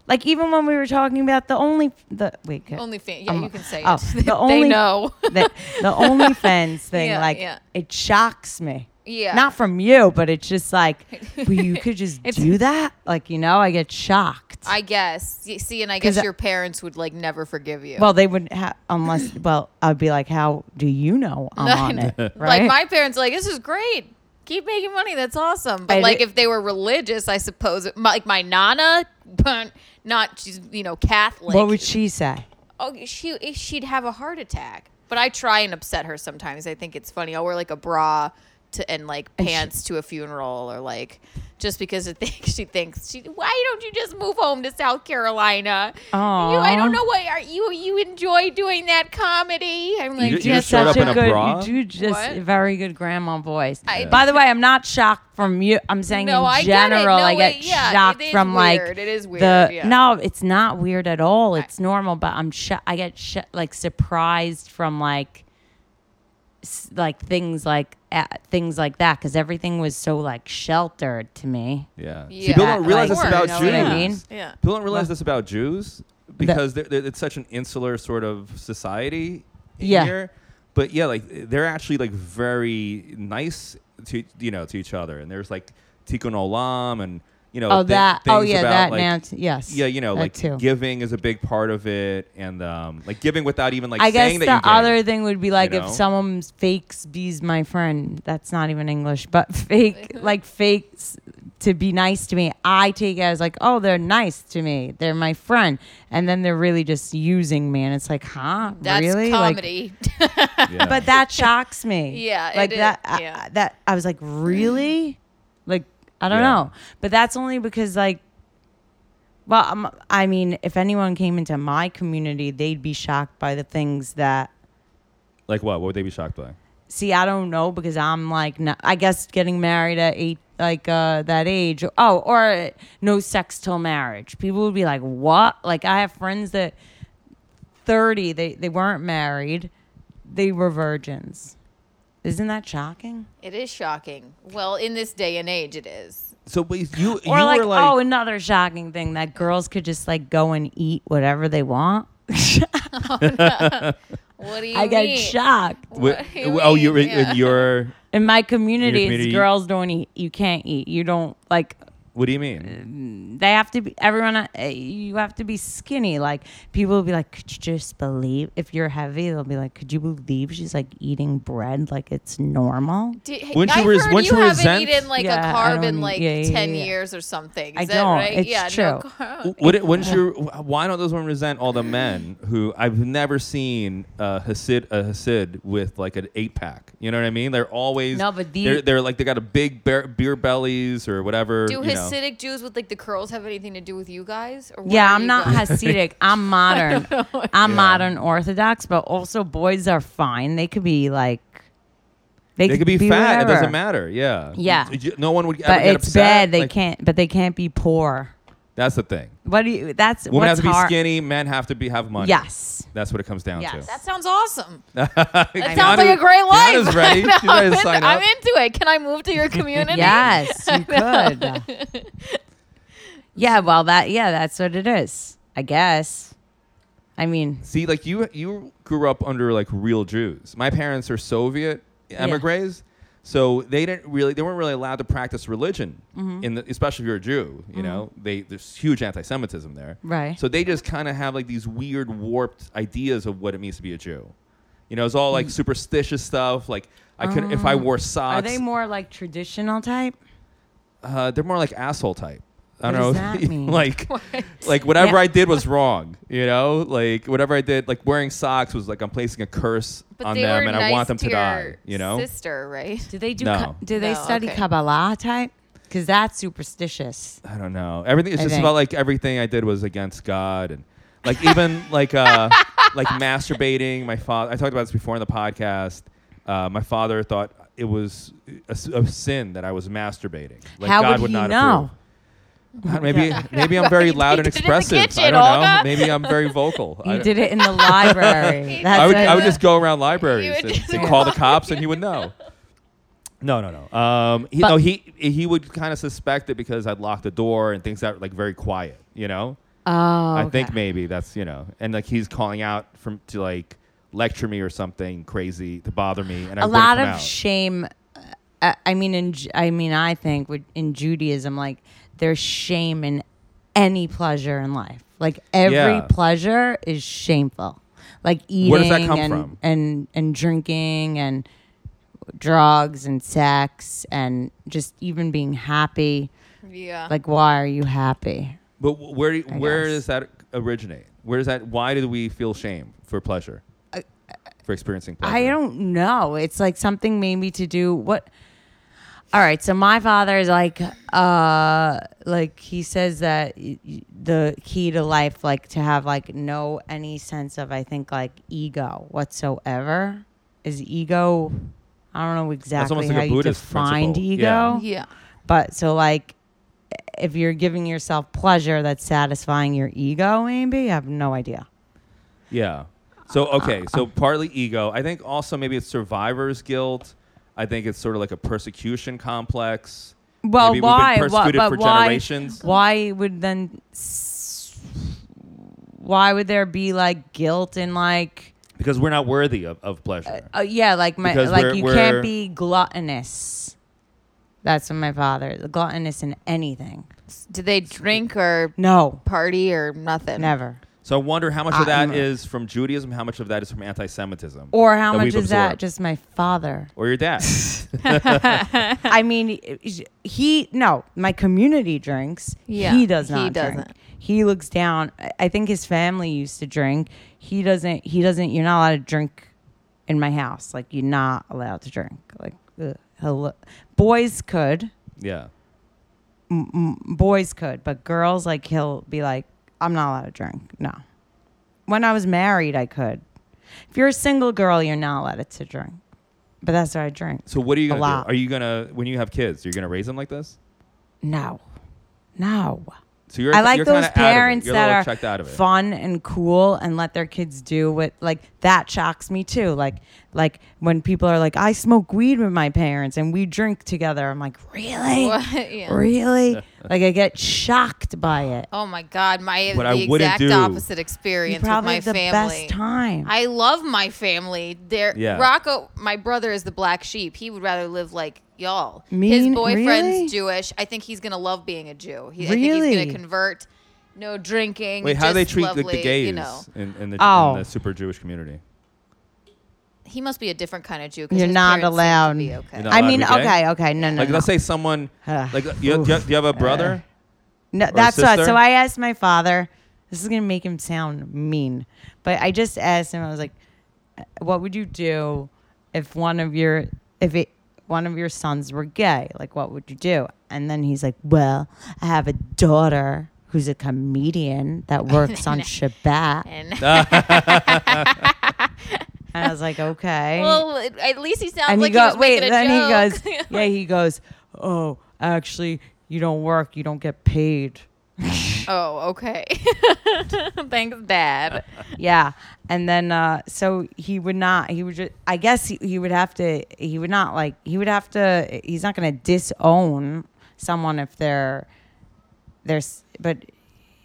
[SPEAKER 4] like even when we were talking about the only the wait okay.
[SPEAKER 2] Only fan. Yeah,
[SPEAKER 4] Um,
[SPEAKER 2] you can say
[SPEAKER 4] oh,
[SPEAKER 2] it.
[SPEAKER 4] the
[SPEAKER 2] they
[SPEAKER 4] only-
[SPEAKER 2] know.
[SPEAKER 4] the, the only fans thing
[SPEAKER 2] Yeah,
[SPEAKER 4] like
[SPEAKER 2] yeah.
[SPEAKER 4] it shocks me.
[SPEAKER 2] Yeah.
[SPEAKER 4] Not from you, but it's just like well, you could just do that. Like you know, I get shocked.
[SPEAKER 2] I guess. Y- See, and I
[SPEAKER 4] 'Cause
[SPEAKER 2] guess
[SPEAKER 4] I-
[SPEAKER 2] your parents would like never forgive you.
[SPEAKER 4] well, they would ha- unless. Well, I'd be like, "How do you know I'm on it?" Right?
[SPEAKER 2] Like my parents, are like this is great. Keep making money. That's awesome. But
[SPEAKER 4] I
[SPEAKER 2] like
[SPEAKER 4] did-
[SPEAKER 2] if they were religious, I suppose. it- My, like my nana, but not she's you know Catholic.
[SPEAKER 4] what would she say?
[SPEAKER 2] Oh, she
[SPEAKER 4] eh,
[SPEAKER 2] she'd have a heart attack. But I try and upset her sometimes. I think it's funny. I'll wear like a bra to and like
[SPEAKER 4] she-
[SPEAKER 2] pants to a funeral or like just because I think she thinks she why don't you just move home to South Carolina? You, I
[SPEAKER 4] Aw.
[SPEAKER 2] don't know why are you you enjoy doing that comedy. I'm like
[SPEAKER 1] You
[SPEAKER 4] You have
[SPEAKER 1] just showed up
[SPEAKER 4] such
[SPEAKER 1] in
[SPEAKER 4] a
[SPEAKER 1] a
[SPEAKER 4] good,
[SPEAKER 1] bra?
[SPEAKER 4] you do just
[SPEAKER 2] What?
[SPEAKER 4] a very good grandma voice.
[SPEAKER 2] I-
[SPEAKER 4] By the way, I'm not shocked from you. I'm saying
[SPEAKER 2] No,
[SPEAKER 4] in
[SPEAKER 2] I get it.
[SPEAKER 4] general,
[SPEAKER 2] No,
[SPEAKER 4] I get
[SPEAKER 2] it- yeah,
[SPEAKER 4] shocked
[SPEAKER 2] it is
[SPEAKER 4] from like
[SPEAKER 2] weird. It is weird,
[SPEAKER 4] The
[SPEAKER 2] yeah.
[SPEAKER 4] no, it's not weird at all. It's normal, but I'm sho- I get sho- like surprised from like s- like things like uh, things like that because everything was so like sheltered to me.
[SPEAKER 1] Yeah. See,
[SPEAKER 2] Yeah,
[SPEAKER 1] people don't realize
[SPEAKER 2] like,
[SPEAKER 1] this about
[SPEAKER 2] you
[SPEAKER 1] Jews.
[SPEAKER 2] know what I
[SPEAKER 4] mean?
[SPEAKER 2] Yeah.
[SPEAKER 1] People don't realize this about Jews because they're, they're, it's such an insular sort of society in
[SPEAKER 4] Yeah.
[SPEAKER 1] here. But yeah, like they're actually like very nice to you know to each other, and there's like tikkun olam and you know
[SPEAKER 4] Oh,
[SPEAKER 1] thi-
[SPEAKER 4] that.
[SPEAKER 1] things
[SPEAKER 4] oh, yeah,
[SPEAKER 1] about,
[SPEAKER 4] that.
[SPEAKER 1] like,
[SPEAKER 4] now, t- yes.
[SPEAKER 1] yeah, you know,
[SPEAKER 4] that
[SPEAKER 1] like
[SPEAKER 4] too.
[SPEAKER 1] giving is a big part of it, and um, like giving without even like
[SPEAKER 4] I guess
[SPEAKER 1] saying
[SPEAKER 4] the
[SPEAKER 1] that you gave.
[SPEAKER 4] other thing would be like if
[SPEAKER 1] know?
[SPEAKER 4] someone fakes bees my friend. That's not even English, but fake
[SPEAKER 2] Mm-hmm.
[SPEAKER 4] like fakes to be nice to me. I take it as like, oh, they're nice to me. They're my friend, and then they're really just using me. And it's like, huh,
[SPEAKER 2] That's
[SPEAKER 4] really? Like,
[SPEAKER 2] comedy.
[SPEAKER 1] Yeah.
[SPEAKER 4] but that shocks me.
[SPEAKER 2] Yeah, it
[SPEAKER 4] like
[SPEAKER 2] is.
[SPEAKER 4] that. I-
[SPEAKER 2] Yeah.
[SPEAKER 4] I, that I was like, really? Like I don't
[SPEAKER 1] Yeah.
[SPEAKER 4] know. But that's only because like, well, i I mean, if anyone came into my community, they'd be shocked by the things that.
[SPEAKER 1] like what? What would they be shocked by?
[SPEAKER 4] See, I don't know because I'm like, no, I guess getting married at eight, like uh, that age. Oh, or no sex till marriage. People would be like, what? Like I have friends that thirty, they they weren't married, they were virgins. Isn't that shocking?
[SPEAKER 2] it is shocking. Well, in this day and age, it is.
[SPEAKER 1] So, but you you
[SPEAKER 4] or like,
[SPEAKER 1] were like,
[SPEAKER 4] oh, another shocking thing that girls could just like go and eat whatever they want.
[SPEAKER 2] What do you
[SPEAKER 4] I
[SPEAKER 2] mean?
[SPEAKER 4] get shocked.
[SPEAKER 1] wi-
[SPEAKER 2] what do you
[SPEAKER 1] oh, you were
[SPEAKER 2] mean? Yeah.
[SPEAKER 1] in your.
[SPEAKER 4] In my community,
[SPEAKER 1] In your community-
[SPEAKER 4] it's girls don't eat. You can't eat. You don't like.
[SPEAKER 1] What do you mean?
[SPEAKER 4] They have to be. Everyone. uh, You have to be skinny. Like people will be like, could you just believe? If you're heavy, they'll be like, could you believe she's like eating bread like it's normal?
[SPEAKER 2] Did,
[SPEAKER 1] Wouldn't
[SPEAKER 2] I've
[SPEAKER 1] you res-
[SPEAKER 2] heard
[SPEAKER 1] wouldn't
[SPEAKER 2] you
[SPEAKER 1] you
[SPEAKER 2] haven't
[SPEAKER 1] resent-
[SPEAKER 2] eaten like
[SPEAKER 4] Yeah,
[SPEAKER 2] a
[SPEAKER 4] I
[SPEAKER 2] carb
[SPEAKER 4] don't
[SPEAKER 2] in
[SPEAKER 4] eat-
[SPEAKER 2] like
[SPEAKER 4] yeah, yeah,
[SPEAKER 2] 10
[SPEAKER 4] yeah.
[SPEAKER 2] years or something. Is
[SPEAKER 4] I
[SPEAKER 2] that
[SPEAKER 4] don't.
[SPEAKER 2] right?
[SPEAKER 4] It's
[SPEAKER 2] yeah,
[SPEAKER 4] true.
[SPEAKER 2] no carb.
[SPEAKER 1] Would it, wouldn't you? Why don't those women resent all the men who I've never seen a Hasid a Hasid with like an eight pack? You know what I mean? They're always
[SPEAKER 4] No, but the-
[SPEAKER 1] they're, they're like they got a big bear, beer bellies or whatever.
[SPEAKER 2] Do
[SPEAKER 1] you know.
[SPEAKER 2] Hasidic Jews with like the curls have anything to do with you guys? Or what
[SPEAKER 4] Yeah,
[SPEAKER 2] are
[SPEAKER 4] I'm
[SPEAKER 2] you
[SPEAKER 4] not
[SPEAKER 2] guys?
[SPEAKER 4] Hasidic. I'm modern. I'm modern Orthodox, but also boys are fine. They could be like,
[SPEAKER 1] They could be, fat. It
[SPEAKER 4] whatever.
[SPEAKER 1] doesn't matter. Yeah.
[SPEAKER 4] Yeah.
[SPEAKER 1] You- No one would ever
[SPEAKER 4] But
[SPEAKER 1] get
[SPEAKER 4] it's
[SPEAKER 1] upset.
[SPEAKER 4] bad. They
[SPEAKER 1] Like,
[SPEAKER 4] can't. But they can't be poor.
[SPEAKER 1] That's the thing.
[SPEAKER 4] What do you? That's
[SPEAKER 1] Women
[SPEAKER 4] what's
[SPEAKER 1] have to be
[SPEAKER 4] hard.
[SPEAKER 1] skinny. Men have to be have money.
[SPEAKER 4] Yes.
[SPEAKER 1] That's what it comes down
[SPEAKER 4] Yes.
[SPEAKER 1] to.
[SPEAKER 2] That sounds awesome. That
[SPEAKER 1] That
[SPEAKER 2] sounds like a great life.
[SPEAKER 1] Kiana's ready. She's
[SPEAKER 2] I'm,
[SPEAKER 1] ready to
[SPEAKER 2] in-
[SPEAKER 1] sign
[SPEAKER 2] I'm
[SPEAKER 1] up.
[SPEAKER 2] into it. Can I move to your community?
[SPEAKER 4] Yes, you could. yeah. Well, that. Yeah, that's what it is. I guess. I mean,
[SPEAKER 1] See, like you, you grew up under like real Jews. My parents are Soviet emigres, so they didn't really, they weren't really allowed to practice religion,
[SPEAKER 4] Mm-hmm.
[SPEAKER 1] in the, especially if you're a Jew. You know, they there's huge anti-Semitism there.
[SPEAKER 4] Right.
[SPEAKER 1] So they just kind of have like these weird, warped ideas of what it means to be a Jew. You know, it's all like superstitious stuff. Like I could, if I wore socks,
[SPEAKER 4] Mm. Um, are they more like traditional type?
[SPEAKER 1] uh, they're more like asshole type. I
[SPEAKER 4] What
[SPEAKER 1] don't
[SPEAKER 4] does
[SPEAKER 1] know,
[SPEAKER 4] that mean?
[SPEAKER 1] like, like whatever
[SPEAKER 4] Yeah.
[SPEAKER 1] I did was wrong. You know, like whatever I did, like wearing socks was like I'm placing a curse
[SPEAKER 2] But
[SPEAKER 1] on
[SPEAKER 2] they
[SPEAKER 1] them,
[SPEAKER 2] were
[SPEAKER 1] and
[SPEAKER 2] nice
[SPEAKER 1] I want them to,
[SPEAKER 2] to,
[SPEAKER 1] die.
[SPEAKER 2] your
[SPEAKER 1] You know,
[SPEAKER 2] sister, right?
[SPEAKER 4] Do they do?
[SPEAKER 1] No.
[SPEAKER 4] Ka- do they
[SPEAKER 2] No,
[SPEAKER 4] study
[SPEAKER 2] okay.
[SPEAKER 4] Kabbalah type? Because that's superstitious.
[SPEAKER 1] I don't know. Everything it's
[SPEAKER 4] I
[SPEAKER 1] just
[SPEAKER 4] think.
[SPEAKER 1] about like everything I did was against God, and like even like uh like masturbating. My father, I talked about this before in the podcast. Uh, my father thought it was a, s- a sin that I was masturbating. Like
[SPEAKER 4] How
[SPEAKER 1] God
[SPEAKER 4] would
[SPEAKER 1] would
[SPEAKER 4] he
[SPEAKER 1] not
[SPEAKER 4] know?
[SPEAKER 1] approve. Maybe maybe I'm very loud and
[SPEAKER 2] did it in the
[SPEAKER 1] expressive. I
[SPEAKER 2] kitchen,
[SPEAKER 1] don't know.
[SPEAKER 2] Olga.
[SPEAKER 1] Maybe I'm very vocal. I,
[SPEAKER 4] You did it in the library. That's
[SPEAKER 1] I would
[SPEAKER 4] what-
[SPEAKER 1] I would just go around libraries
[SPEAKER 2] would
[SPEAKER 1] and,
[SPEAKER 2] just
[SPEAKER 1] and
[SPEAKER 4] go
[SPEAKER 1] call the cops, and he would know. No, no, no. Um, he,
[SPEAKER 4] But-
[SPEAKER 1] no, he he would kind of suspect it because I'd lock the door and things that like very quiet, you know.
[SPEAKER 4] Oh,
[SPEAKER 1] I think
[SPEAKER 4] okay.
[SPEAKER 1] maybe that's you know, and like he's calling out from to like lecture me or something crazy to bother me, and I
[SPEAKER 4] a
[SPEAKER 1] wouldn't
[SPEAKER 4] lot
[SPEAKER 1] come
[SPEAKER 4] of
[SPEAKER 1] out.
[SPEAKER 4] shame. Uh, I mean, in Ju- I mean, I think would, in Judaism, like there's shame in any pleasure in life. Like every
[SPEAKER 1] Yeah.
[SPEAKER 4] pleasure is shameful. Like eating
[SPEAKER 1] Where does that come
[SPEAKER 4] and,
[SPEAKER 1] from?
[SPEAKER 4] and and drinking and drugs and sex and just even being happy.
[SPEAKER 2] Yeah.
[SPEAKER 4] Like, why are you happy?
[SPEAKER 1] But wh- where do- where
[SPEAKER 4] guess.
[SPEAKER 1] does that originate? Where does that? Why do we feel shame for pleasure? for experiencing pleasure.
[SPEAKER 4] I don't know. It's like something maybe to do what. All right, so my father is like, uh, like he says that y- y- the key to life, like to have like no any sense of, I think like ego whatsoever, is ego. I don't know exactly
[SPEAKER 1] almost like
[SPEAKER 4] how
[SPEAKER 1] a
[SPEAKER 4] you
[SPEAKER 1] Buddhist
[SPEAKER 4] defined
[SPEAKER 1] principle.
[SPEAKER 4] ego,
[SPEAKER 1] Yeah.
[SPEAKER 2] yeah.
[SPEAKER 4] but so like, if you're giving yourself pleasure that's satisfying your ego, maybe I have no idea.
[SPEAKER 1] Yeah. So okay, so partly ego. I think also maybe it's survivor's guilt. I think it's sort of like a persecution complex.
[SPEAKER 4] Well,
[SPEAKER 1] Maybe we've been
[SPEAKER 4] why? why-
[SPEAKER 1] persecuted
[SPEAKER 4] but
[SPEAKER 1] for
[SPEAKER 4] why?
[SPEAKER 1] generations.
[SPEAKER 4] Why would then? s- Why would there be like guilt and like?
[SPEAKER 1] Because we're not worthy of, of pleasure.
[SPEAKER 4] Uh, yeah, like my
[SPEAKER 1] Because
[SPEAKER 4] like
[SPEAKER 1] we're-
[SPEAKER 4] you
[SPEAKER 1] we're-
[SPEAKER 4] can't be gluttonous. That's what my father gluttonous in anything.
[SPEAKER 2] Do they drink or
[SPEAKER 4] No,
[SPEAKER 2] party or nothing?
[SPEAKER 4] never.
[SPEAKER 1] so I wonder how much
[SPEAKER 4] I-
[SPEAKER 1] of that
[SPEAKER 4] I'm-
[SPEAKER 1] is from Judaism, how much of that is from anti Semitism.
[SPEAKER 4] Or how
[SPEAKER 1] That
[SPEAKER 4] much
[SPEAKER 1] we've
[SPEAKER 4] is that?
[SPEAKER 1] absorbed.
[SPEAKER 4] Just my father.
[SPEAKER 1] Or your dad.
[SPEAKER 4] I mean, he no, my community drinks.
[SPEAKER 2] Yeah,
[SPEAKER 4] he does
[SPEAKER 2] he
[SPEAKER 4] not. drink.
[SPEAKER 2] doesn't.
[SPEAKER 4] He looks down. I- I think his family used to drink. He doesn't. He doesn't. You're not allowed to drink in my house. Like you're not allowed to drink. Like ugh, hello, boys could.
[SPEAKER 1] yeah.
[SPEAKER 4] Boys could, but girls like he'll be like, I'm not allowed to drink. No. When I was married, I could. If you're a single girl, you're not allowed to drink. But that's what I drink.
[SPEAKER 1] So what are you
[SPEAKER 4] A
[SPEAKER 1] gonna
[SPEAKER 4] lot.
[SPEAKER 1] do? Are you gonna when you have kids, you're gonna raise them like this?
[SPEAKER 4] No. No.
[SPEAKER 1] So you're
[SPEAKER 4] I like
[SPEAKER 1] you're kinda
[SPEAKER 4] those
[SPEAKER 1] out of it.
[SPEAKER 4] parents
[SPEAKER 1] You're a
[SPEAKER 4] that
[SPEAKER 1] little
[SPEAKER 4] are
[SPEAKER 1] checked out of it.
[SPEAKER 4] fun and cool and let their kids do what like that shocks me too. Like like when people are like, I smoke weed with my parents and we drink together. I'm like, really,
[SPEAKER 2] What? Yeah.
[SPEAKER 4] really? like I get shocked by it.
[SPEAKER 2] Oh my God, my
[SPEAKER 1] What
[SPEAKER 2] the
[SPEAKER 1] I wouldn't
[SPEAKER 2] exact
[SPEAKER 1] do-
[SPEAKER 2] opposite
[SPEAKER 4] You
[SPEAKER 2] experience with
[SPEAKER 4] probably
[SPEAKER 2] my
[SPEAKER 4] have the
[SPEAKER 2] family.
[SPEAKER 4] best time.
[SPEAKER 2] I love my family. They're
[SPEAKER 1] Yeah.
[SPEAKER 2] Rocco, my brother is the black sheep. He would rather live like y'all. His
[SPEAKER 4] Mean-
[SPEAKER 2] boyfriend's
[SPEAKER 4] really?
[SPEAKER 2] Jewish. I think he's gonna love being a Jew. He, I think he's
[SPEAKER 4] Really?
[SPEAKER 2] gonna convert. No drinking.
[SPEAKER 1] Wait, how do they
[SPEAKER 2] just
[SPEAKER 1] treat like,
[SPEAKER 2] lovely,
[SPEAKER 1] the gays
[SPEAKER 2] You know,
[SPEAKER 1] in, in, the,
[SPEAKER 4] Oh.
[SPEAKER 1] in the super Jewish community?
[SPEAKER 2] he must be a different kind of Jew. 'cause
[SPEAKER 4] You're
[SPEAKER 2] his
[SPEAKER 4] not
[SPEAKER 2] parents seem to
[SPEAKER 4] allowed.
[SPEAKER 2] be okay.
[SPEAKER 1] You're not
[SPEAKER 4] I
[SPEAKER 1] allowed to
[SPEAKER 4] mean,
[SPEAKER 1] be gay?
[SPEAKER 4] okay, okay, no, no,
[SPEAKER 1] Like
[SPEAKER 4] no.
[SPEAKER 1] let's say someone
[SPEAKER 4] Ah,
[SPEAKER 1] like you, you,
[SPEAKER 4] oof.
[SPEAKER 1] do you have a brother?
[SPEAKER 4] No, that's what.
[SPEAKER 1] sister?
[SPEAKER 4] So I asked my father. This is gonna make him sound mean, but I just asked him. I was like, "Uh, "What would you do if one of your if it one of your sons were gay? Like, what would you do?" And then he's like, "Well, I have a daughter who's a comedian that works on Shabbat." And
[SPEAKER 2] And-
[SPEAKER 4] I was like, "Okay."
[SPEAKER 2] well, at least he sounds
[SPEAKER 4] and
[SPEAKER 2] like
[SPEAKER 4] he goes,
[SPEAKER 2] was
[SPEAKER 4] "Wait."
[SPEAKER 2] making a
[SPEAKER 4] Then
[SPEAKER 2] joke.
[SPEAKER 4] he goes, "Yeah." He goes, "Oh, actually, you don't work. You don't get paid."
[SPEAKER 2] Oh, okay. Thanks, Dad.
[SPEAKER 4] yeah and then uh so he would not he would just i guess he, he would have to he would not like he would have to he's not going to disown someone if they're there's but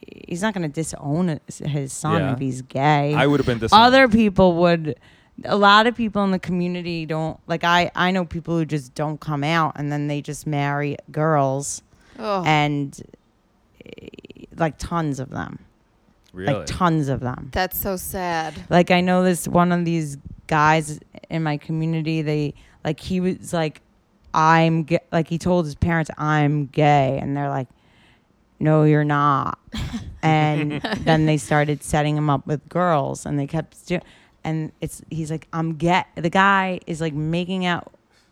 [SPEAKER 4] he's not going to disown his- his son
[SPEAKER 1] Yeah.
[SPEAKER 4] if he's gay
[SPEAKER 1] I would have been this
[SPEAKER 4] other people would a lot of people in the community don't like i i know people who just don't come out and then they just marry girls
[SPEAKER 2] Oh.
[SPEAKER 4] and eh, like tons of them
[SPEAKER 1] really.
[SPEAKER 4] like tons of them
[SPEAKER 2] That's so sad.
[SPEAKER 4] like i know this one of these guys in my community they like he was like i'm ga-, like he told his parents i'm gay and they're like no you're not and then they started setting him up with girls and they kept doing and it's he's like i'm gay the guy is like making out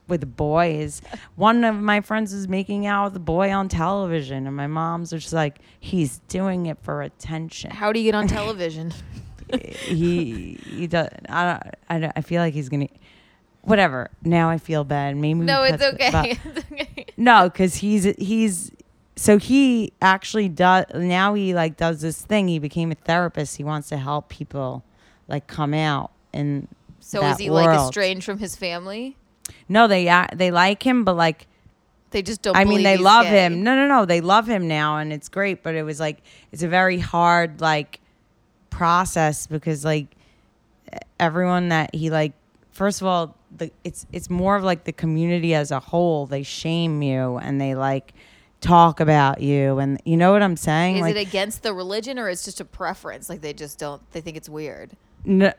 [SPEAKER 4] with boys one of my friends was making out with a boy on television and my mom's just like he's doing it for attention
[SPEAKER 2] How do you get on television?
[SPEAKER 4] he he does. I don't, I don't. I feel like he's gonna. Whatever. Now I feel bad. Maybe we
[SPEAKER 2] no,
[SPEAKER 4] cut
[SPEAKER 2] it's
[SPEAKER 4] the-
[SPEAKER 2] okay.
[SPEAKER 4] but-
[SPEAKER 2] it's okay.
[SPEAKER 4] no, because he's he's so he actually does now he like does this thing he became a therapist he wants to help people like come out and
[SPEAKER 2] So
[SPEAKER 4] that
[SPEAKER 2] is he like
[SPEAKER 4] world.
[SPEAKER 2] estranged from his family?
[SPEAKER 4] no they uh, they like him but like
[SPEAKER 2] They just don't.
[SPEAKER 4] I mean,
[SPEAKER 2] believe
[SPEAKER 4] they
[SPEAKER 2] he's
[SPEAKER 4] love
[SPEAKER 2] gay.
[SPEAKER 4] him. No, no, no. They love him now, and it's great. But it was like it's a very hard like process because like everyone that he like. First of all, the it's it's more of like the community as a whole. They shame you and they like talk about you, and you know what I'm saying?
[SPEAKER 2] Is
[SPEAKER 4] like,
[SPEAKER 2] it against the religion or it's just a preference? Like they just don't. They think it's weird.
[SPEAKER 4] no,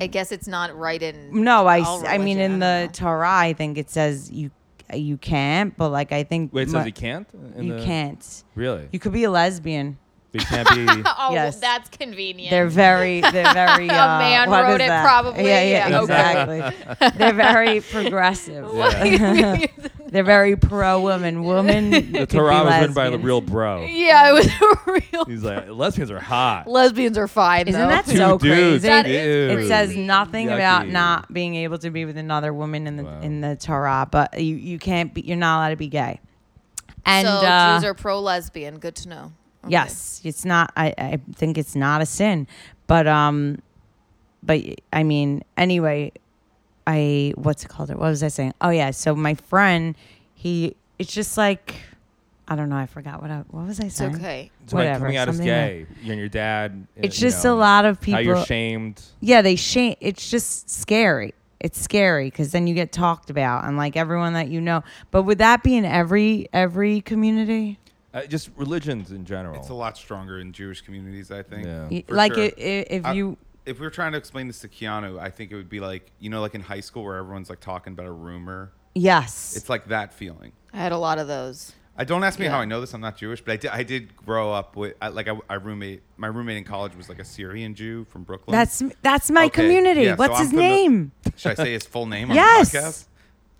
[SPEAKER 2] I guess it's not right in.
[SPEAKER 4] Mm. no. I
[SPEAKER 2] all
[SPEAKER 4] s- I mean,
[SPEAKER 2] religion,
[SPEAKER 4] in
[SPEAKER 2] I
[SPEAKER 4] the
[SPEAKER 2] don't know.
[SPEAKER 4] Torah, I think it says you you can't, but like I think
[SPEAKER 1] Wait, it
[SPEAKER 4] mu-
[SPEAKER 1] says he can't. In
[SPEAKER 4] you
[SPEAKER 1] the-
[SPEAKER 4] can't.
[SPEAKER 1] Really?
[SPEAKER 4] You could be a lesbian.
[SPEAKER 1] But you can't be.
[SPEAKER 2] Oh,
[SPEAKER 4] Yes.
[SPEAKER 2] that's convenient.
[SPEAKER 4] They're very, they're very. Uh,
[SPEAKER 2] man
[SPEAKER 4] what
[SPEAKER 2] wrote
[SPEAKER 4] is
[SPEAKER 2] it
[SPEAKER 4] that?
[SPEAKER 2] probably.
[SPEAKER 4] Yeah, yeah,
[SPEAKER 2] Yeah, okay.
[SPEAKER 4] exactly. they're very progressive.
[SPEAKER 2] yeah,
[SPEAKER 4] They're very pro woman. Woman.
[SPEAKER 1] The Torah was written by a real bro.
[SPEAKER 2] it was a real.
[SPEAKER 1] He's like, lesbians are hot.
[SPEAKER 2] Lesbians are fine.
[SPEAKER 4] Isn't
[SPEAKER 2] though.
[SPEAKER 4] that
[SPEAKER 1] Two
[SPEAKER 4] so
[SPEAKER 1] dudes.
[SPEAKER 4] crazy?
[SPEAKER 2] That is
[SPEAKER 4] It
[SPEAKER 1] dude.
[SPEAKER 4] says nothing about
[SPEAKER 1] Yucky.
[SPEAKER 4] not being able to be with another woman in the
[SPEAKER 1] Wow.
[SPEAKER 4] in the Torah, but you, you can't be. You're not allowed to be gay. And
[SPEAKER 2] so
[SPEAKER 4] uh,
[SPEAKER 2] Jews are pro lesbian. Good to know. Okay.
[SPEAKER 4] Yes, it's not. I, I think it's not a sin, but um, but I mean, anyway, I what's it called? What was I saying? Oh yeah, so my friend, he, it's just like, I don't know, I forgot what I what was I
[SPEAKER 2] It's
[SPEAKER 4] saying.
[SPEAKER 2] okay.
[SPEAKER 1] So like
[SPEAKER 4] Whatever,
[SPEAKER 1] coming out as
[SPEAKER 4] something like-
[SPEAKER 1] gay, you and your dad. uh,
[SPEAKER 4] It's
[SPEAKER 1] you
[SPEAKER 4] just
[SPEAKER 1] know,
[SPEAKER 4] a lot of
[SPEAKER 1] How
[SPEAKER 4] people.
[SPEAKER 1] you're shamed.
[SPEAKER 4] yeah, they shame. It's just scary. It's scary because then you get talked about and like everyone that you know. But would that be in every every community?
[SPEAKER 1] Uh, just religions in general.
[SPEAKER 3] It's a lot stronger in Jewish communities, I think.
[SPEAKER 1] Yeah.
[SPEAKER 4] Y-
[SPEAKER 3] For
[SPEAKER 4] like
[SPEAKER 3] sure.
[SPEAKER 4] i i if
[SPEAKER 3] I-
[SPEAKER 4] you
[SPEAKER 3] if we were trying to explain this to Keanu, I think it would be like you know, like in high school where everyone's like talking about a rumor.
[SPEAKER 4] yes,
[SPEAKER 3] It's like that feeling.
[SPEAKER 2] I had a lot of those.
[SPEAKER 3] I don't ask me
[SPEAKER 2] Yeah.
[SPEAKER 3] how I know this. I'm not Jewish, but I did. I did grow up with I, like I, I roommate. My roommate in college was like a Syrian Jew from Brooklyn.
[SPEAKER 4] that's that's my
[SPEAKER 3] Okay,
[SPEAKER 4] community.
[SPEAKER 3] yeah, so
[SPEAKER 4] What's
[SPEAKER 3] I'm
[SPEAKER 4] his
[SPEAKER 3] fami-
[SPEAKER 4] name?
[SPEAKER 3] Should I say his full name on
[SPEAKER 4] Yes.
[SPEAKER 3] the podcast?